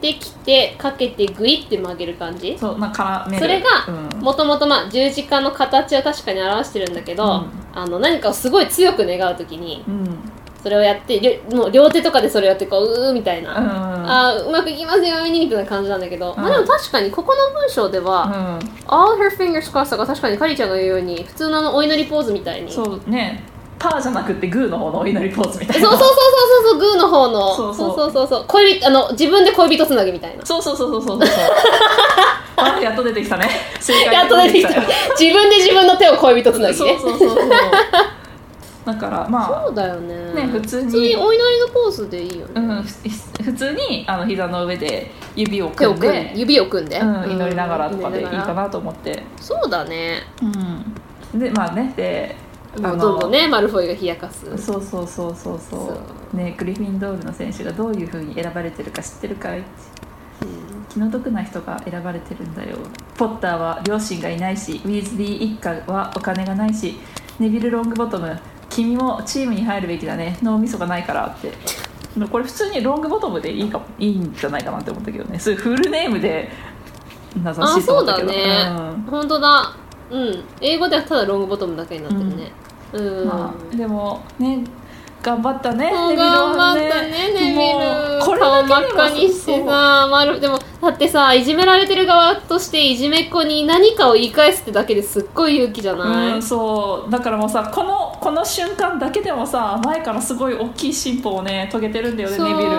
てきてかけてグイって曲げる感じ
そうなんか絡める
それ
うん
がもともとまあ十字架の形を確かに表してるんだけど、
うん
あの何かをすごい強く願うときに
うんうん
それをやってりょもう両手とかでそれをやってこううーみたいな、
あ
あーうまくいきますようにみたいな感じなんだけど、
うん
まあでも確かにここの文章では、all her fingers crossed が確かにカリちゃんが言うように普通のあのお祈りポーズみたいに
そ
そう
うねパーじゃなくてグーの方のお祈りポーズみたい
そう
な
そうそうそうそうグーの方の
そうそう
そうそうそう恋人あの自分で恋人つなぎみたいな
そうそうそうそうそうそうあやっと出てきたね正解
やっと出てきた自分で自分の手を恋人つなぎ
そう
ね
そうそうそうだからまあ
そうだよね
ね普通に
普通にお祈りのポーズでいいよね、
うん、ふ普通にあの膝の上で指を
手を
組ん
組ん
で
指を組んで、
うん、祈りながらとかでいい
祈り
か
がら
なと思って、
そうだね
うん、でまあねで
もうどんどんねマルフォイが冷やかす
そうそうそうそうそ
そう
ねグリフィンドールの選手がどういうふうに選ばれてるか知ってるかい、気の毒な人が選ばれてるんだよポッターは両親がいないしウィズリー一家はお金がないしネビル・ロングボトム君もチームに入るべきだね脳みそがないからってこれ普通にロングボトムでいいかもいいんじゃないかなって思ったけどねそういうフルネームで名指
あ
しと
そ
思
う
ったけ
だ
ど
ね、
うん
本当だうん英語ではただロングボトムだけになってるねうん、
まあ、でもね頑張ったね
も
ネ
う
ビル
頑
は
張ったねネビ
もうこ
ル
れだ
顔
け
真っ赤にしてさマルでもだってさいじめられてる側としていじめっ子に何かを言い返すってだけですっごい勇気じゃ
でも
ない、
うん、そうだからもうさこのこの瞬間だけでもさ前からすごい大きい進歩をね遂げてるんだよね
そう
ネビル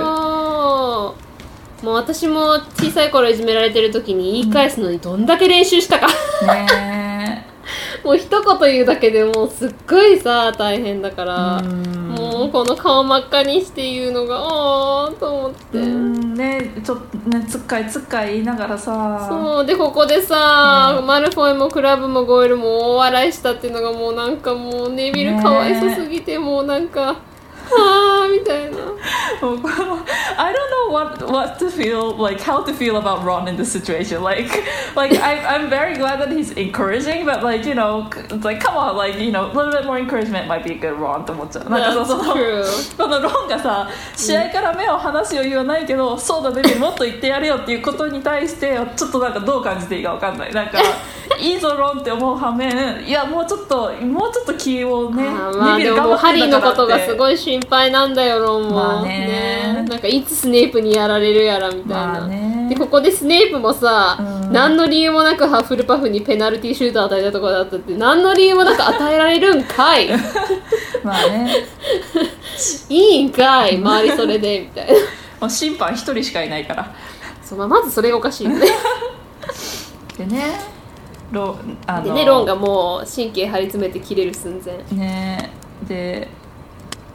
もう私も小さい頃いじめられてる時に言い返すのにどんだけ練習したか
ね
もう一言言うだけでもうすっごいさ大変だから、もうこの顔真っ赤にして言うのがああと思っ
う
て、
んねちょっとねつっかいつっかい言いながらさ
そうでここでさ、マルフォイもクラブもゴイルも大笑いしたっていうのがもうなんかもうネビルかわいそすぎてもうなん か、あーみたいな
I don't know what what to feel like how to feel about Ron in this situation. Like like I, I'm very glad that he's encouraging, but like you know, it's like come on, like you know, a little bit more encouragement might be good, Ron. と思っ ちゃう。なんか
That's
その
true
このロンがさ試合から目を離す余裕はないけど、そうだデビルもっと言ってやれよっていうことに対してちょっとなんかどう感じていいかわかんない。なん かいいぞロンって思う反面、いやもうちょっともうちょっと気をね、
あーまあ
デ
で
ビル
もも
頑張
うハ
って
リー
ん
の
だから
こ
って
とがすごい心配なんだよロンも、
まあね
なんかいつスネープにやられるやらみたいな、
まあね
でここでスネープもさ、
うん
何の理由もなくハッフルパフにペナルティーシュートを与えたところだったって何の理由もなく与えられるん かい
まあね。
いいんかい周りそれでみたいな
もう審判一人しかいないから
そう、まあ、まずそれがおかしいよね
でねロあ
で
の
ねロンがもう神経張り詰めて切れる寸前
ねで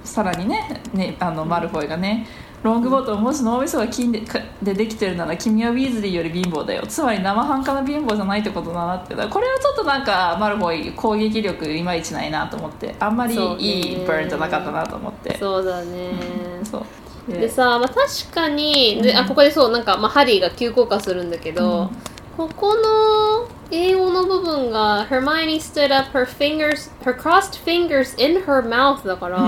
さらにねねあのマルフォイがねロングボートもし脳みそが金でかでできてるなら君はウィーズリーより貧乏だよつまり生半可な貧乏じゃないってことだなってだからこれはちょっとなんかマルフォイ攻撃力いまいちないなと思ってあんまり
そうね
いいバーンじゃなかったなと思って
そうだね、
そうで
でさ、まあ、確かにであここでそうなんか、まあ、ハリーが急降下するんだけど、ここの英語の部分が「Hermione stood up her fingers her crossed fingers in her mouth」だから、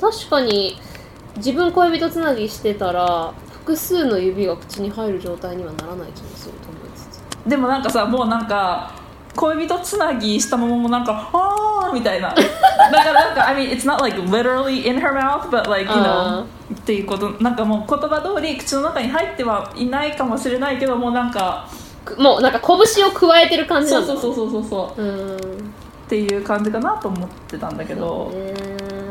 確かに自分恋人つなぎしてたら複数の指が口に入る状態にはならない気がすると思います
でもなんかさもうなんか恋人つなぎしたままもなんか「あー」み たいなだからなんか I mean it's not like literally in her mouth but like you
あ
know っていうことなんかもう言葉通り口の中に入ってはいないかもしれないけどもうなんか
くもうなんか拳を加えてる感じ
そ
な
うん
だ
そうそうそうそうそう
うん
っていう感じかなと思ってたんだけど
ね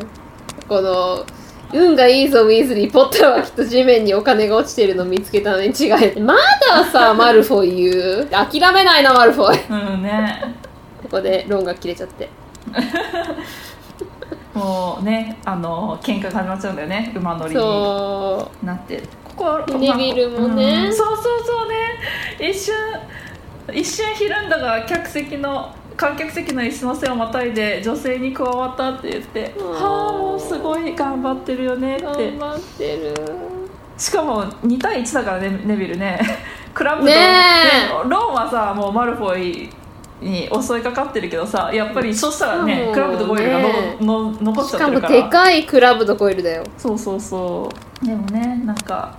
この運がいいぞウィーズリーポッターはきっと地面にお金が落ちてるのを見つけたのに違いまださマルフォイ言う諦めないなマルフォイ
うんね
ここでロンが切れちゃって
もうねあの喧嘩が始まっちゃうんだよね馬乗りに
そ
なってここは
ネビルもね
うんそうそうそうね一瞬一瞬ひるんだが客席の観客席の椅子の背をまたいで女性に加わったって言って「
ん
はあもうすごい頑張ってるよね」っ
う
て
頑張ってる
しかも2対1だからねネビルね クラブと、
ねえ
ロンはさもうマルフォイに襲いかかってるけどさやっぱりそしたらねク
しか
ラ
もね
ブとゴイルがの、の残っち
し
ゃっ
か
て
も
るから
でかいクラブとコイルだよ
そうそうそうでもねなんか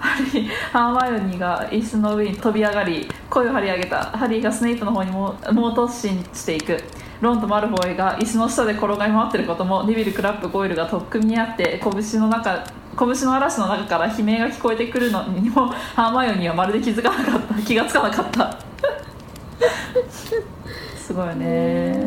ハリーハーマイオニーが椅子の上に飛び上がり声を張り上げたハリーがスネイプの方にも猛突進していくロンとマルフォイが椅子の下で転がり回ってることもネビル・クラップ・ゴイルが取っ組み合って拳の中拳の嵐の中から悲鳴が聞こえてくるのにもハーマイオニーはまるで気づかなかった 気がつかなかったすごいね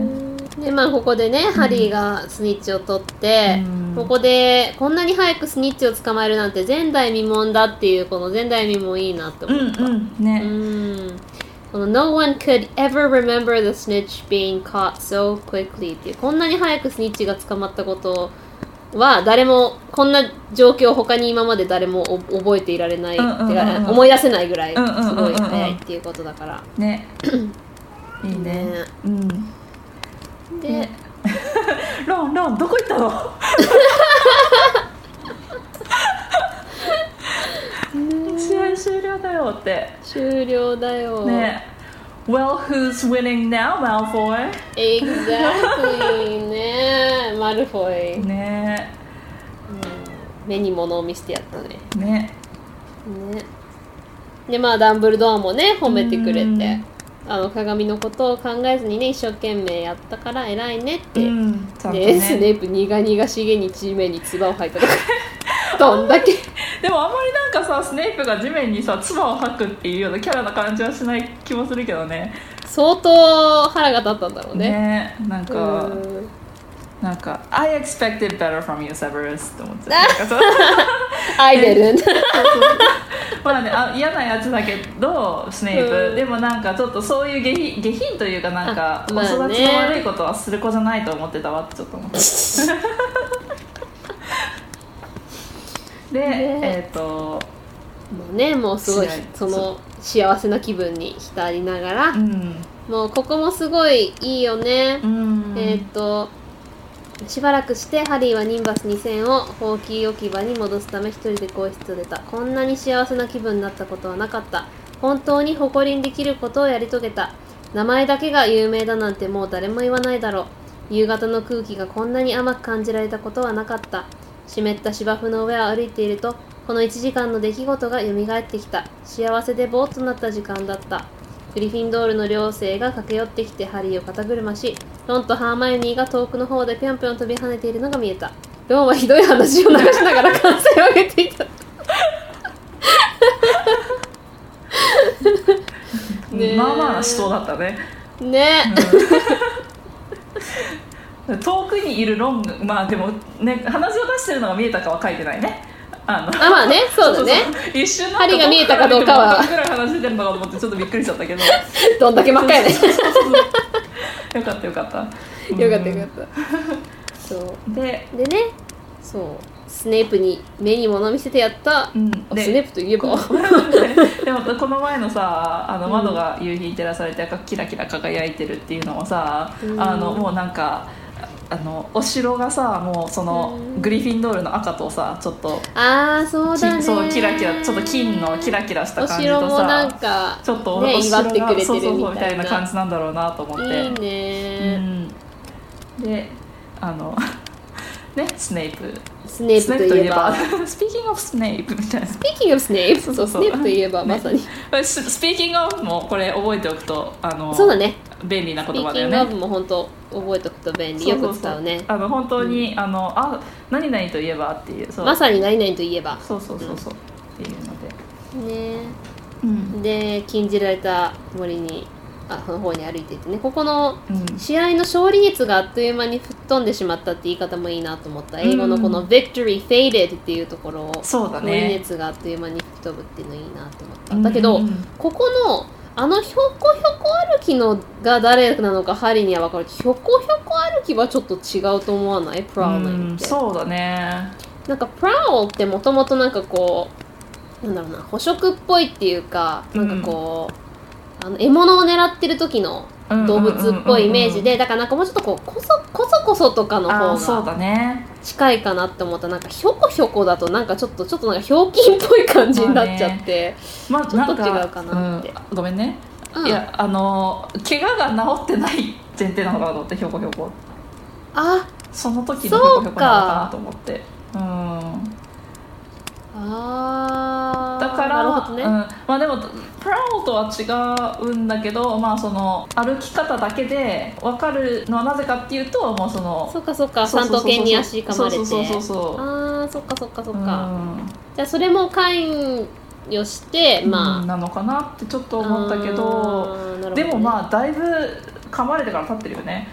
でまあここでね、ハリーがスニッチを取って、
うん
ここでこんなに早くスニッチを捕まえるなんて前代未聞だっていうこの前代未聞いいなって
う
思
ん
った、
うんね、
うんこの No one could ever remember the snitch being caught so quickly っていうこんなに早くスニッチが捕まったことは誰もこんな状況を他に今まで誰もお覚えていられない、
うんうんうんうん
てか思い出せないぐらい
うんうんうんうん
すごい早いっていうことだから、
ねいいね
ね
うんでロンロンどこ行ったの試合終了だよって
終了だよ、
ね Well, who's winning now, Malfoy?
Exactly ねマルフォイ
ね
目に物を見せてやったね
ね
ねでまあダンブルドアもね褒めてくれ
う
て
ん
あの鏡のことを考えずにね一生懸命やったから偉いねって、
うんちゃんと
でスネ
ね
ープ苦々しげに地面に唾を吐いた とかどんだけ
でもあんまりなんかさスネープが地面にさ唾を吐くっていうようなキャラな感じはしない気もするけどね
相当腹が立ったんだろうね
ねなん
う
か
ん
なんか「I expected better from you Severus」って思っちゃったなんかそう
アイデルン
そうそうまあねあ嫌なやつだけどスネイプ、
うん
でもなんかちょっとそういう下品下品というかなんか
あ
お
まあ
育
ね
ちの悪いことはする子じゃないと思ってたわってちょっと思って で、えっ、と
もうねもうすごい
しない
その幸せな気分に浸りながら、
うん
もうここもすごいいいよね
う、ん
えーっとしばらくしてハリーはニンバス2000をほうき置き場に戻すため一人で更衣室を出たこんなに幸せな気分になったことはなかった本当に誇りにできることをやり遂げた名前だけが有名だなんてもう誰も言わないだろう夕方の空気がこんなに甘く感じられたことはなかった湿った芝生の上を歩いているとこの1時間の出来事が蘇ってきた幸せでぼーっとなった時間だったグリフィンドールの寮生が駆け寄ってきてハリーを肩車しロンとハーマイオニーが遠くの方でぴょんぴょん飛び跳ねているのが見えたロンはひどい話を流しながら歓声を上げていたねえ
まあまあな思想だったね
ね
遠くにいるロングまあでもね鼻血を出してるのが見えたかは書いてないねあの
あまあねそうだね
そうそう一瞬なん
針が見えたかどうかは
僕ら話してるのかと思ってちょっとびっくりしちゃったけど
どんだけ真っ赤やね
そうそうそうそうよかったよかった
よかったよ
っ
かったそ
たで
うでねそうスネープに目に物見せてやった、
うん
あ
で
スネープといえ ば
でもこの前のさあの窓が夕日に照らされて赤くキラキラ輝いてるっていうのもさ、
うん
あのもうなんかあのお城がさもうその
うん
グリフィンドールの赤とさちょっと
ああそうだね
きそうキラキラちょっと金のキラキラした
お
感じと
城
さ
もなんか
ちょっとお
ね
お城が
祝ってくれ
そうそう
てるみ
そうみ
た
た
い
い
な
な感じなんだろうなと思って
いいね、
うん、であの ねスネイプ
スネープといえば
スネープといえば Speaking of スネイプみたいな
Speaking of スネープ
そ
そう
そうう
ス
そう
ネープといえばまさに、
Speaking of もこれ覚えておくとあの
そうだね
便利な言葉だよ
Speaking
ね
of も本当覚えておくと便利よく使うね
そそそあの本当に、あのあ何々といえばっていうそう
まさに何々といえば
そうそうそうそう、っていうので、
ね
うん
で禁じられた森にあの方に歩いていってねここの
うん、
試合の勝利率があっという間に吹っ飛んでしまったって言い方もいいなと思った英語のこの
う
「victory faded」っていうところを
そうだ
勝利
ね
熱があっという間に吹き飛ぶっていうのいいなと思った、
うん
だけどここのあのひょこひょこ歩きのが誰なのかハリーには分かるけどひょこひょこ歩きはちょっと違うと思わないプラウ
う
ル
ん
って、
そうだね
なんかプラウルってもともとなんかこうなんだろうな捕食っぽいっていうかなんかこう、あの獲物を狙ってる時の動物っぽいイメージで、だからなんかもうちょっとこうこそこそこそとかの
あーそ
方
う
が
だね
近いかなって思ったなんかひょこひょこだとなんかちょっとちょっとなんかひょうきんっぽい感じになっちゃって、
まあ
ちょっ
な
と
んか
違うかなって
うんごめんね、
うん
いやあの怪我が治ってない前提なのかなと思ってひょこひょこ
あ
その時のひょこひょこなのか
そうか
なと思ってうん
あー
だから
なるほどね、
うん、まあでもプラオとは違うんだけどまあその歩き方だけで分かるのはなぜかっていうともうその
そっかそっか
そう
三
そうそう
頭
そう
犬に足噛まれて
そうそうそうそう
あーそっかそっかそっ
うん
か、じゃあそれも関与して
う
ま
んなのかなってちょっと
あ、
思ったけど
あーなるほどね
でもまあだいぶ噛まれてから立ってるよね、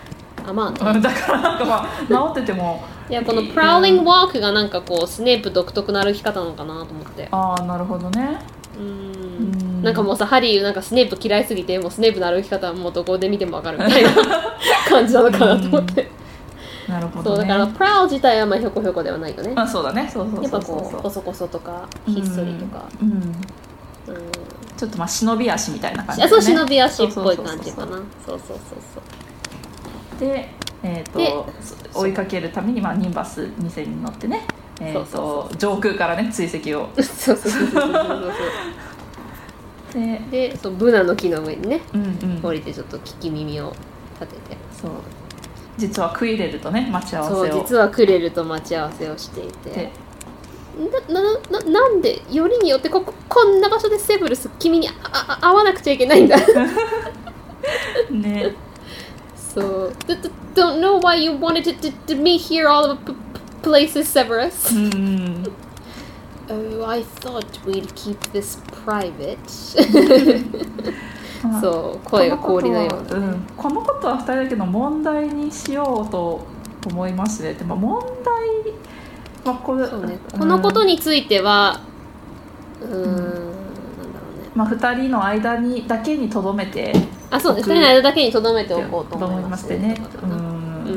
あまあね
うん、だからなんかまあ治ってても
いやこのプラウリングワークがなんかこうスネープ独特の歩き方なのかなと思って
ああなるほどねう
う
んん
なんかもうさハリーなんかスネープ嫌いすぎてもうスネープの歩き方はもうどこで見てもわかるみたいな 感じなのかなと思って、
なるほ
そ
ど
う
ね
だからプラウ自体はまあひょこひょこではないよね
まあそうだねそうそう
やっ
そ
ぱ
うそう
こうこそこそとかひっそりとか、
うんうん
うん
ちょっとまあ忍び足みたいな感じ、
あ
ね、
そう忍び足っぽい感じかなそうそうそうそう
で,、えー、
で
と追いかけるために、まあ、ニンバス2世に乗ってね、えー、
そうそう
と上空からね追跡を
そうそうそうそうそうそう
で
でそうブナの木の上にね
うんうん
降りてちょっと聞き耳を立てて
そう実はクイレルとね待ち合わ
そう
せを
実はクレルと待ち合わせをしていて
で
ななななんでよりによってこここんな場所でセブルス君にあああ会わなくちゃいけないんだ
ね
そう Don't don't know why you wanted to, to, to meet here all the p- p- places Severus
うんうん、
Oh, I thought we'd keep this private.
まあ
そう、声が氷のよ
こ
う
のこ
な。
とはうん、このことは2人だけの問題にしようと思いますねでも問題、まあこれ
そうね、このこと
に
については、うーん、
まあ、2人の間にだけにとどめて
あそうですね
僕
二人の間だけにとどめて
と
おこうと思
思
い
い
ま
ますしてねう
うん
ん
うんうん
っ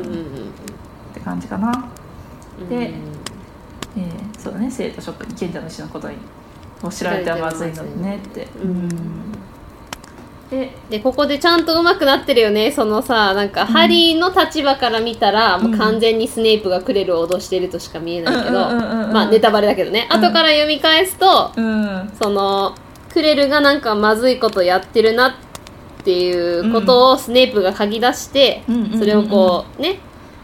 て感じかな、
うん
で
うん
えーそうだね生徒諸君賢者の石のことにを知られてはまずいのにねって
うん
で
でここでちゃんと上手くなってるよねそのさなんか、ハリーの立場から見たら、もう完全にスネープがクレルを脅してるとしか見えないけ
う
ど、
んうんうんうんうん
まあネタバレだけどね、
うん
後から読み返すと
うん
そのクレルがなんかまずいことやってるなっていうことをスネープが嗅ぎ出して、
うんうんうんうん
それをこうね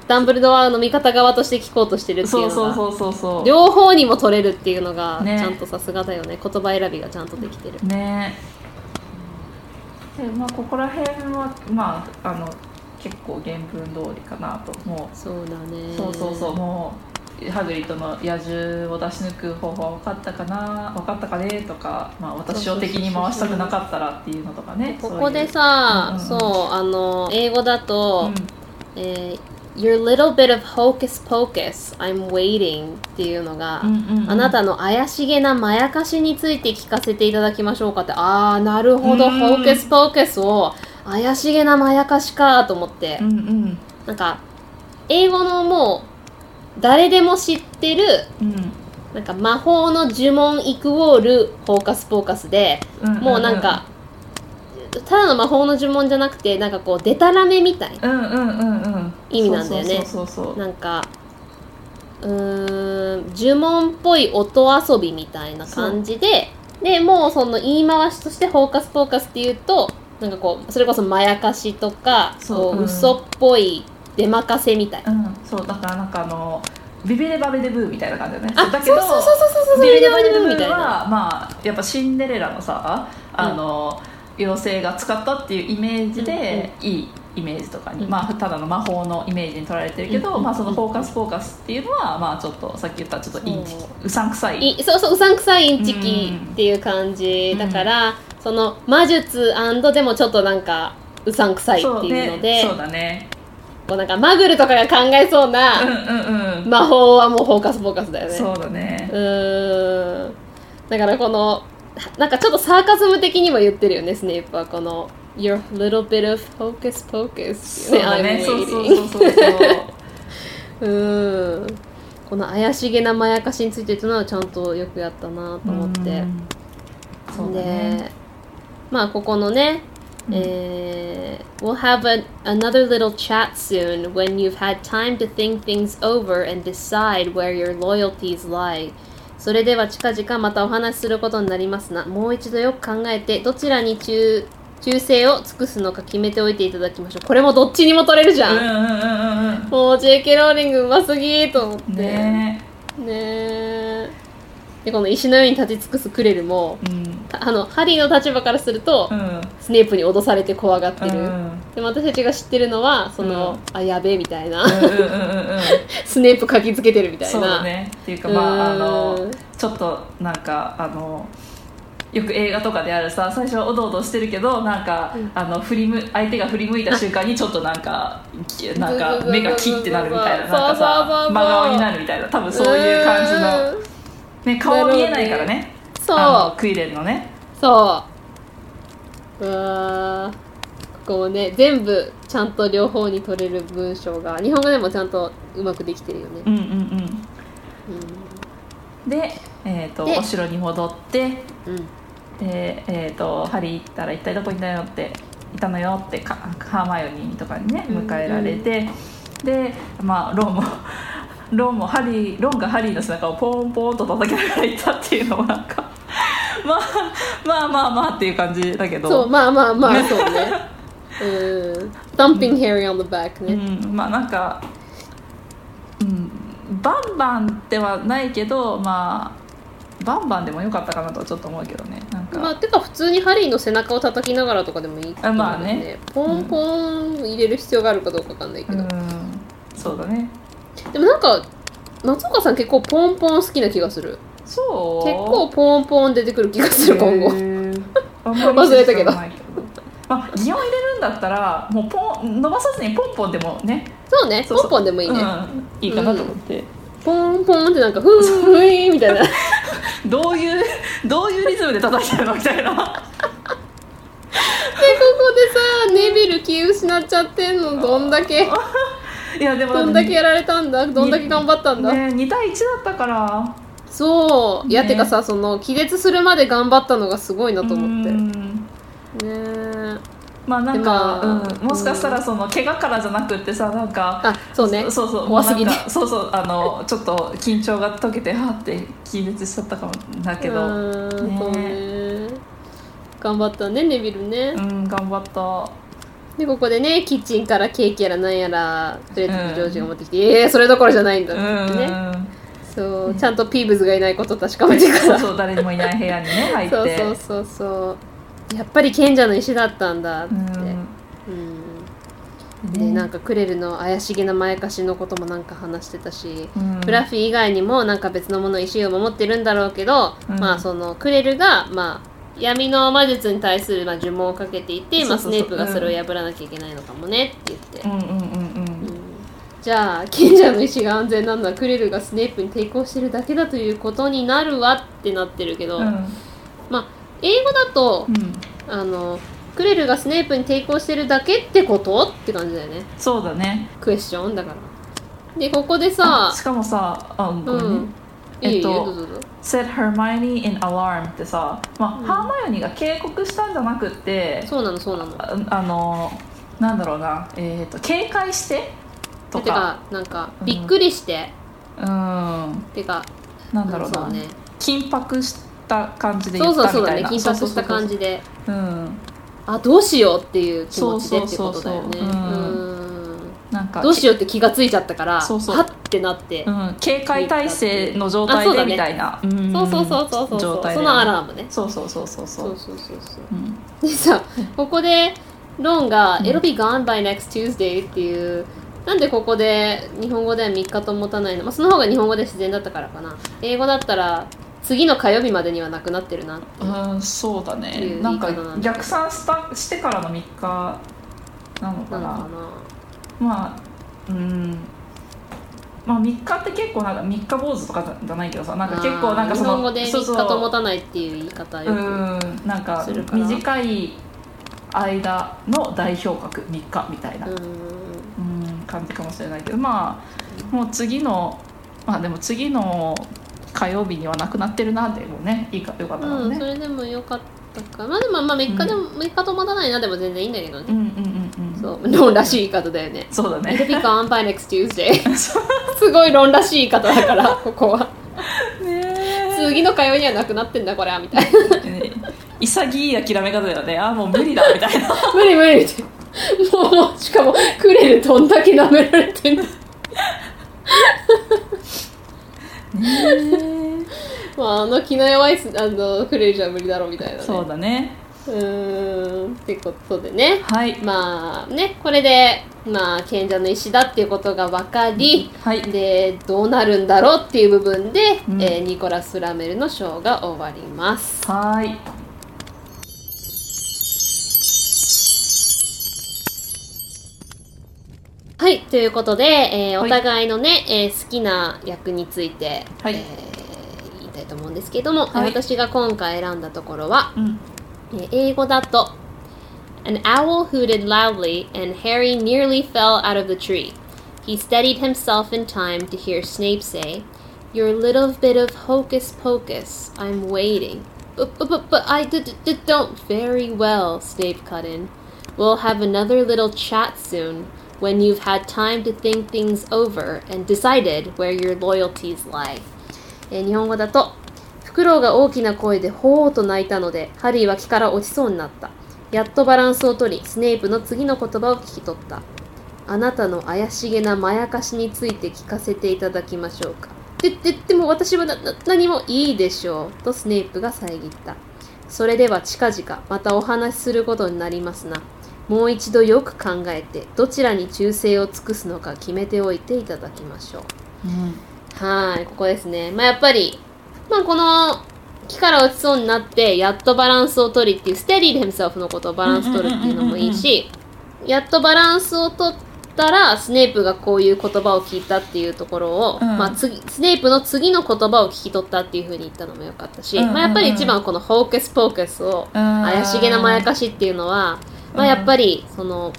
ダンブルドアの味方側として聞こうとしてるってい
そううそう
のが
そうそうそう
両方にも取れるっていうのが、
ね
ちゃんとさすがだよね言葉選びがちゃんとできてる。
ねでまあここら辺はまああの結構原文通りかなとも
そうだ
う
ね
そうそうそうもうハグリッドの野獣を出し抜く方法は分かったかな分かったかねとか、まあ、私を敵に回したくなかったらっていうのとかね
ここでさ、
そ
そうう
いう
あの英語だ
そう
と
いう、
えー Your little bit of hocus pocus, I'm waiting っていうのが、
うんうんうん
あなたの怪しげなまやかしについて聞かせていただきましょうかってああなるほど、
うん
hocus pocus を怪しげなまやかしかと思って、
うんうん
なんか英語のもう誰でも知ってる
うん
なんか魔法の呪文イクオールフォーカスフォーカスで
うん
もうなんか、ただの魔法の呪文じゃなくてなんかこうデタラメみたい
うんうんうんうん
意味なんだよね
そうそうそうそう
なんかうーん呪文っぽい音遊びみたいな感じででもうその言い回しとして「フォーカスフォーカス」っていうとなんかこうそれこそまやかしとか
そう
こう
うん
嘘っぽい出まかせみたいな。
うんそうだからなんかあのビビレバベデブーみたいな感じだよね
あ
だ
そうそうそうそうそうそう
ビビデ
ビデ
オ
オ
ア
ア
ニ
ニ
メ
メ
み
み
た
た
い
い
な
な。
まあやっぱシンデレラのさあの、妖精が使ったっていうイメージで、いいイメージとかに、
うん
まあただの魔法のイメージに取られてるけど、
うん
まあそのフォーカスフォーカスっていうのはまあちょっとさっき言ったちょっとインチキ
そう
うさんくさい
いそうそううさんくさいインチキっていう感じ
うん
だから、その魔術でもちょっとなんかうさんくさいって
そう
いうの
ね
で
そうだね
こうなんかマグルとかが考えそう
うん
な
うんうん、
魔法はもうフォーカスフォーカスだよね
そうだね
うーんだからこのなんかちょっとサーカスム的にも言ってるよねスネープはこの「Your little bit of focus focus」
そうだね
I'm
そうそう
waiting
そうそうそう
うーんこの怪しげなまやかしについてというのはちゃんとよくやったなと思って。
うんそうだね
でまあここのね、
うん
えー We'll have a, another little chat soon when you've had time to think things over and decide where your loyalties lie それでは近々またお話しすることになりますなもう一度よく考えてどちらに忠忠誠を尽くすのか決めておいていただきましょうこれもどっちにも取れるじ
うん
ゃ、
うんんうんうん
もう JK ローリングうますぎと思って
うんね
ねえでこの石のように立ち尽くすクレルも
うん
あのハリーの立場からすると、
うん
スネープに脅されて怖がってる、
うん
でも私たちが知ってるのはその、
うん
あやべえみたいな、
うんうんうん うんうん
スネープかきつけてるみたいな
そうだねっていうかまああ
う
の
ん
ちょっとなんかあのよく映画とかであるさ最初はおどおどしてるけどなんか、あの振りむ相手が振り向いた瞬間にちょっとなん かきなんか目がキッてなるみたいな
そ
なんか
うそうそうそう
さ
そう
真顔になるみたいな多分そういう感じの、
うーん
ね、顔見えないからねあ
そ
のクイレンのね
うそううわーここもね全部ちゃんと両方に取れる文章が日本語でもちゃんとうまくできてるよね
う、んうんうんで、えー、と
で
お城に戻って
うん
で、えー、とハリー行ったら一体どこにいたよっていたのよってかハーマイオニーとかにね
うん
迎えられて、で、まあ、ロンも ロンもハリーロンがハリーの背中をポンポンと叩きながら行ったっていうのもなんか まあまあまあまあっていう感じだけど
そうまあまあまあそうねうん「Thumping Harry on the back ね」
うん、まあなんか、うん、バンバンではないけどまあバンバンでもよかったかなとはちょっと思うけどねなんか、
まあ、てか普通にハリーの背中を叩きながらとかでもいい
あまあね
と思うんだよねポンポン入れる必要があるかどうかわかんないけ
う
ど、
んそうだね
でもなんか松岡さん結構ポンポン好きな気がする
そう
結構ポンポン出てくる気がする今後
あんまり
忘れたけど
知らないまあ擬音入れるんだったらもうポン伸ばさずにポンポンでもね
そうね
そうそう
ポンポンでもいいね、
うん、いいかなと思って、
ポンポンってな んかふーいみたいな
どういうどういうリズムで叩いてるのみたいな
さネビル気失っちゃってんのどんだけ
いやでも
どんだけやられたんだどんだけ頑張ったんだ、
ね、2対1だったから
そういや、
ね
てかさその気絶するまで頑張ったのがすごいなと思って
う
ね
ん
え
まあなんか、
まあ
うん、もしかしたらその怪我からじゃなくってさなんか
あそうね
そうそう
怖すぎて
もうなんかそうそうあのちょっと緊張が解けてはって気絶しちゃったかもだけど
う
うん
ー
ね
んそうね頑張ったねネビルね、
頑張った
でここでねキッチンからケーキやらなんやらとりあえずジョージが持ってきて、えー、それどころじゃないんだってね、
うん
そうちゃんとピーブズがいないこと確かめてか
そ
ら
うそう誰にもいない部 屋にね入って
そうそうそうそうやっぱり賢者の石だったんだって、うん
う
で
ん
なんかクレルの怪しげなまやかしのこともなんか話してたし、
うん
フラフィー以外にもなんか別のもの石を守ってるんだろうけど、
うん
まあそのクレルがまあ闇の魔術に対するまあ呪文をかけていて、まあ、
そ
ス
うそう
ネ
そう
ープがそれを破らなきゃいけないのかもねって言って、
うんうんうんうん
じゃあ賢者の石が安全なのはクレルがスネープに抵抗してるだけだということになるわってなってるけど、
うん
まあ英語だと、
うん
あのクレルがスネープに抵抗してるだけってことって感じだよね
そうだね
クエスチョンだからでここでさ
しかもさあご
う
めんね
んいいよい
え
い
っと
よどうぞどうぞ
set Hermione in alarm ってさ、まあハーマイオニーが警告したんじゃなくて
そうなのそうなの
ああのなんだろうな、えー、と警戒してと
て
か
かなんか
うん
びっくりして、
うんな
てか
んだろうな
そうね
緊迫した感じで言
そう
っ
そう
たみた
そうだね
いな
緊迫した感じで
うん
あどうしようっていう気持ちでって
そ
こ
うそ
と
うそう
だ
そう
よね
うん
うん
なんか
どうしようって気がついちゃったから
そうそう
はってなって、
うん、警戒態勢の状態
あそうだ
で
ね
みたいな、ん
そうそうそうそうそう
状
そう
態
そ
で
のアラームね
そうそうそうそうそ
そううそうそうそう
うん
でさここでロンが「
うん
It'll be gone by next Tuesday」っていうなんでここで日本語では3日と持たないの、まあ、その方が日本語で自然だったからかな英語だったら次の火曜日までにはなくなってるなっていう
うんそうだ
っていう
ね
言い
な
方
んか
なんだ
逆算したしてからの3日なの
な
か
の
な
かな
まあうんまあ3日って結構なんか3日坊主とかじゃないけどさなんか結構なんかそ
日
の
本語で
そう
3
そう
日と持たないっていう言い方
う
よく
んなんか
するから
短い間の代表格3日みたいな、
うん
うん感じかもしれないけどまあもう次のまあでも次の火曜日にはなくなってるなでもねいいかよかったかも
うん、そ
ね、
れでもよかったかまあでもまあ3日でも、3日と持たないなでも全然いいんだけど
うん、
ね、
うんうんうん
そうロンらしい言い方だよね
そうだ
It'll
ね
be gone by next Tuesday
そ
すごい論らしい言い方だ からここは
うね
次の会話にはなくなってんだこれはみたいな
ね潔い諦め方だよねあもう無理だみたいな
無理無理みたいなもうしかもクレルどんだけ舐められてん だまああの気の弱いすあのクレルじゃ無理だろうみたいなね
そうだね
うーんってことでね
はい
まあねこれでまあ賢者の石だっていうことが分かり、
はい
でどうなるんだろうっていう部分で、
うん
えーニコラス・ラメルのショーが終わります
はーい
はい、ということで、えー
は
お
い
互いのね、えー好きな役について、
はい
えー言いたいと思うんですけども、
はい
私が今回選んだところは、
うん
えー英語だと An owl hooted loudly and Harry nearly fell out of the tree. He steadied himself in time to hear Snape say, Your little bit of hocus pocus, I'm waiting. But, but, but, but I d- d- d- don't very well, Snape cut in. We'll have another little chat soon when you've had time to think things over and decided where your loyalties lie. えー日本語だとフクロウが大きな声でほーと泣いたのでハリーは木から落ちそうになったやっとバランスを取りスネープの次の言葉を聞き取ったあなたの怪しげなまやかしについて聞かせていただきましょうかでででも私はなな何もいいでしょうとスネープが遮ったそれでは近々またお話しすることになりますなもう一度よく考えてどちらに忠誠を尽くすのか決めておいていただきましょうはい、ここですね。まあ、やっぱり、まあ、この、木から落ちそうになって、やっとバランスを取りっていう、ステリー himself のことをバランス取るっていうのもいいし、やっとバランスを取ったら、スネープがこういう言葉を聞いたっていうところを、
うん
まあ、次、スネープの次の言葉を聞き取ったっていうふうに言ったのもよかったし、
うんうんうん
まあ、やっぱり一番はこのホークスポークスを、
怪
怪しげなまやかしっていうのは、まあ、やっぱりその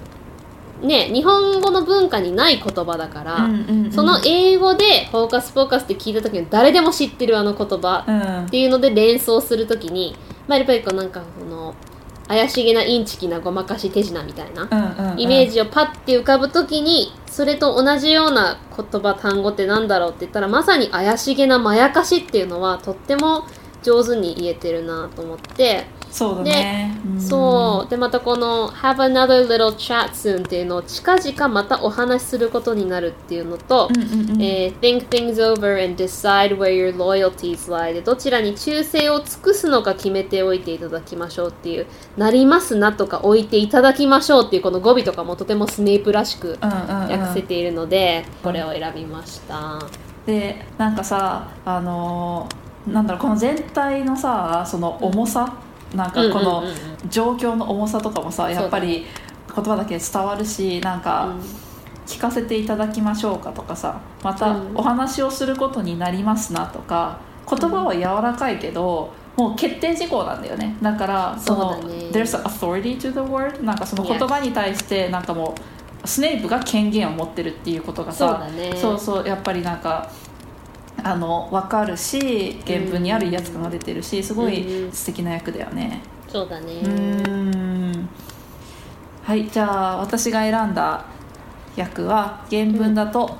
ね日本語の文化にない言葉だから、その英語で「フォーカスフォーカス」って聞いた時に誰でも知ってるあの言葉
うん
っていうので連想するときに、まあ、やっぱりこうなんかこの怪しげなインチキなごまかし手品みたいな
うんうん
イメージをパッて浮かぶときにそれと同じような言葉単語ってなんだろうって言ったらまさに怪しげなまやかしっていうのはとっても上手に言えてるなと思って、
そうだねうん
そうでまたこの「Have another little chat soon」っていうのを近々またお話しすることになるっていうのと、
うんうんうん
えー think things over and decide where your loyalties lie でどちらに忠誠を尽くすのか決めておいていただきましょうっていうなりますなとか置いていただきましょうっていうこの語尾とかもとてもスネープらしく
うんうんうん
訳せているので、これを選びました
でなんかさあのーなんだろうこの全体のさその重さ、なんかこ
うんうん
の
うんうん
状況の重さとかもさ、
うだね
やっぱり言葉だけ伝わるしなんか聞かせていただきましょうかとかさまた
うん
お話をすることになりますなとか言葉は柔らかいけど、もう決定事項なんだよねだからその
そうだね
there's an authority to the word なんかその
Yes
言葉に対してなんかもうスネイプが権限を持ってるっていうことが
そう
さ
だね
そうそうやっぱりなんかあの分かるし原文にある威圧感が出てるしすごい
うん
素敵な役だよね
そうだね、
うんはいじゃあ私が選んだ役は原文だと、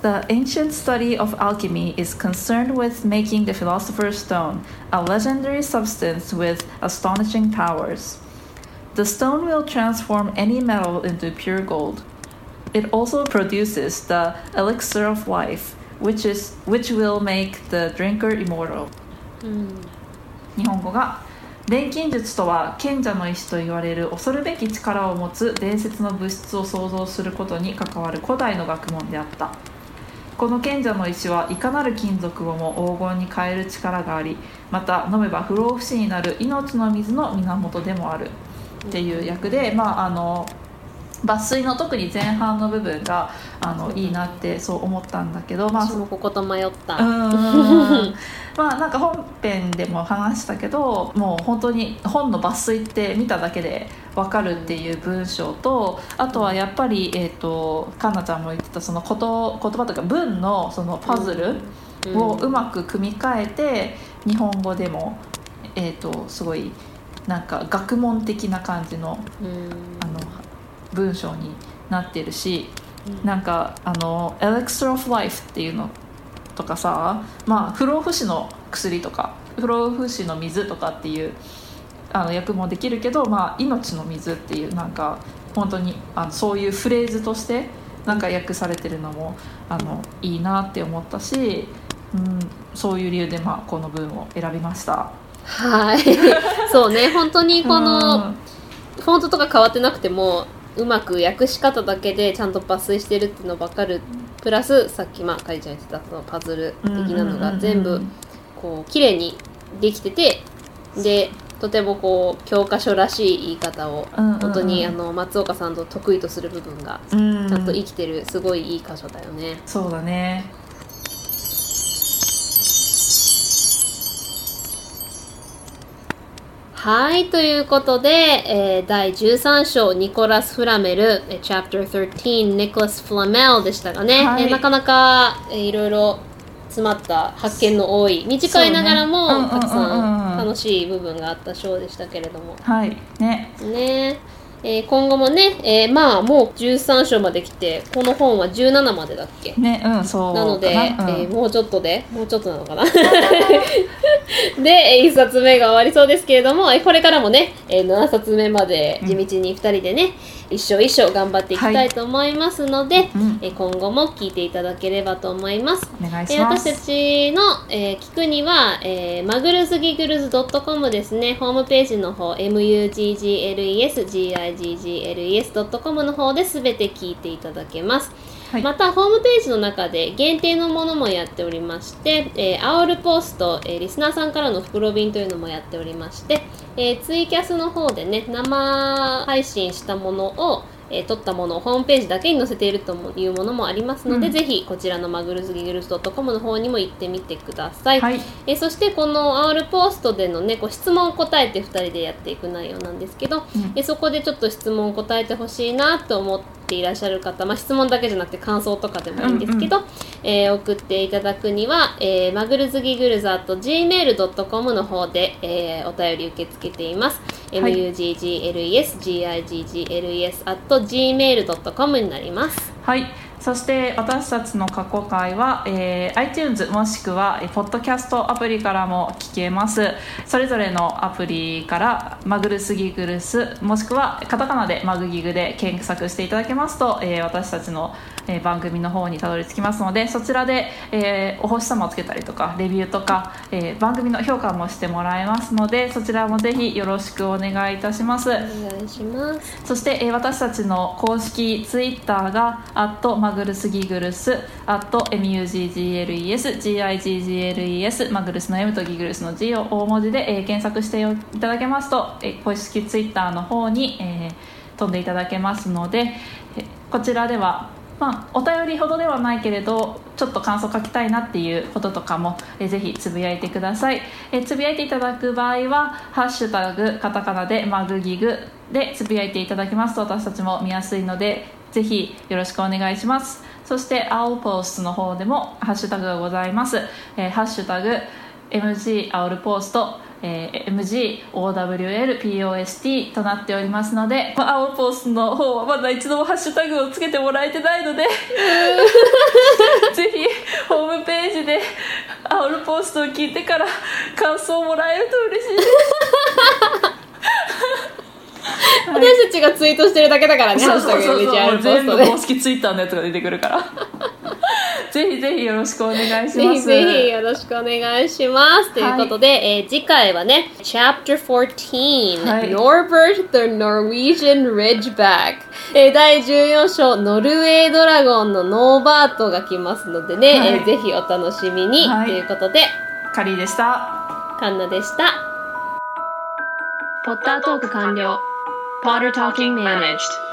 The ancient study of alchemy is concerned with making the philosopher's stone, a legendary substance with astonishing powers. The stone will transform any metal into pure gold. It also produces the elixir of life, which is which will make the drinker immortal. 日本語が錬金術とは賢者の石と言われる恐るべき力を持つ伝説の物質を創造することに関わる古代の学問であったこの賢者の石はいかなる金属をも黄金に変える力がありまた飲めば不老不死になる命の水の源でもあるっていう役でまああの抜粋の特に前半の部分があのいいなってそう思ったんだけど、まあ、
私もここと迷った、
うん まあなんか本編でも話したけどもう本当に本の抜粋って見ただけで分かるっていう文章とあとはやっぱり、えー、とかんなちゃんも言ってたそのこと言葉とか文のそのパズルをうまく組み替えて、日本語でも、えー、とすごいなんか学問的な感じの
うん
あの文章になってるし、なんかあの「Elixir of Life」っていうのとかさまあ不老不死の薬とか不老不死の水とかっていうあの役もできるけど、まあ、命の水っていうなんか本当にあのそういうフレーズとしてなんか訳されてるのもあのいいなって思ったし、うん、そういう理由で、まあ、この文を選びました。
はい そうね本当にこの、
うん
フォントとか変わってなくてもうまく訳し方だけでちゃんと抜粋してるっていうの分かるプラスさっきまあかりちゃん言ってたそのパズル的なの
うんうんうんう
が
ん
全部こう綺麗にできててでとてもこう教科書らしい言い方を
うんうんうん
本当にあの松岡さんと得意とする部分が
うん
ちゃんと生きてるすごいいい箇所だよね。
そうだね
はい、ということで、えー第13章、ニコラス・フラメル、えー Chapter 13、ニコラス・フラメルでしたがね、
はい
えーなかなか、えーいろいろ詰まった発見の多い、短いながらも、
そうねうんうんうんうん
たくさん楽しい部分があった章でしたけれども、
はいね
ね、えー今後もね、えーまあもう13章まで来て、この本は17までだっけ
ねうんそう
なので、
かなうん
えーもうちょっとでもうちょっとなのかな で、え1冊目が終わりそうですけれども、えーこれからもね、えー7冊目まで地道に2人でね、一生一生頑張っていきたいと思いますので、
うん
えー今後も聞いていただければと思います。
お願い
え
し
ー
ま
私
す。
たちの、えー聞くには、えー、マグルズギグルズ .com ですね、ホームページの方、muggles.giggles.com の方で全て聞いていただけます。
はい
また、ホームページの中で限定のものもやっておりまして、えー、アオルポスト、えーリスナーさんからの袋便というのもやっておりまして、えーツイキャスの方でね、生配信したものを、えー撮ったものをホームページだけに載せているというものもありますので、
うん
ぜひこちらのマグルズギグルス .com の方にも行ってみてください、
はい
えーそしてこの R ポストでのねこう質問を答えて2人でやっていく内容なんですけど、
うん
えーそこでちょっと質問を答えてほしいなと思っていらっしゃる方、まあ、質問だけじゃなくて感想とかでもいいんですけど、えー送っていただくには、えーマグルズギグルザと gmail.com の方で、えーお便り受け付けています、
はい
muggles.giggles gmail.com になります
はい、そして私たちの過去回は、えー iTunes もしくは、えー、ポッドキャストアプリからも聞けますそれぞれのアプリからマグルスギグルスもしくはカタカナでマグギグで検索していただけますと、えー私たちの、えー番組の方にたどり着きますのでそちらで、えーお星様をつけたりとかレビューとか、えー番組の評価もしてもらえますのでそちらもぜひよろしくお願いいたします、
お願いします
そして、えー私たちの公式ツイッターが、アットマグルスギグルス、アット MUGGLES、GIGGLES、マグルスの M とギグルスの G を大文字で、えー検索していただけますと、えー公式ツイッターの方に、えー飛んでいただけますので、えーこちらでは、まあ、お便りほどではないけれどちょっと感想書きたいなっていうこととかも、えーぜひつぶやいてください、えーつぶやいていただく場合は「ハッシュタグカタカナでマグギグ」でつぶやいていただきますと私たちも見やすいのでぜひよろしくお願いしますそして「アオポース」の方でもハッシュタグがございます、えーハッシュタグ MG アオルポースト、えー、MGOWLPOST となっておりますので、まあ、アオルポーストの方はまだ一度もハッシュタグをつけてもらえてない のでぜひホームページでアオルポーストを聞いてから感想をもらえると嬉しいですはい
私たちがツイートしてるだけだからね
そうそうそうそう
ハッシュタグ
全部
で GR ポ
公
スト
式ツイッターのやつが出てくるからぜひぜひよろしくお願いします
でぜひぜひよろしくお願いしますということで、えー次回はね Chapter 14、
はい
Norbert the Norwegian Ridgeback、えー第14章ノルウェードラゴンのノーバートが来ますのでね、
はい
えーぜひお楽しみに、
はい
ということで
カリーでした
カンナでした
ポッタートーク完了。Potter Talking Managed.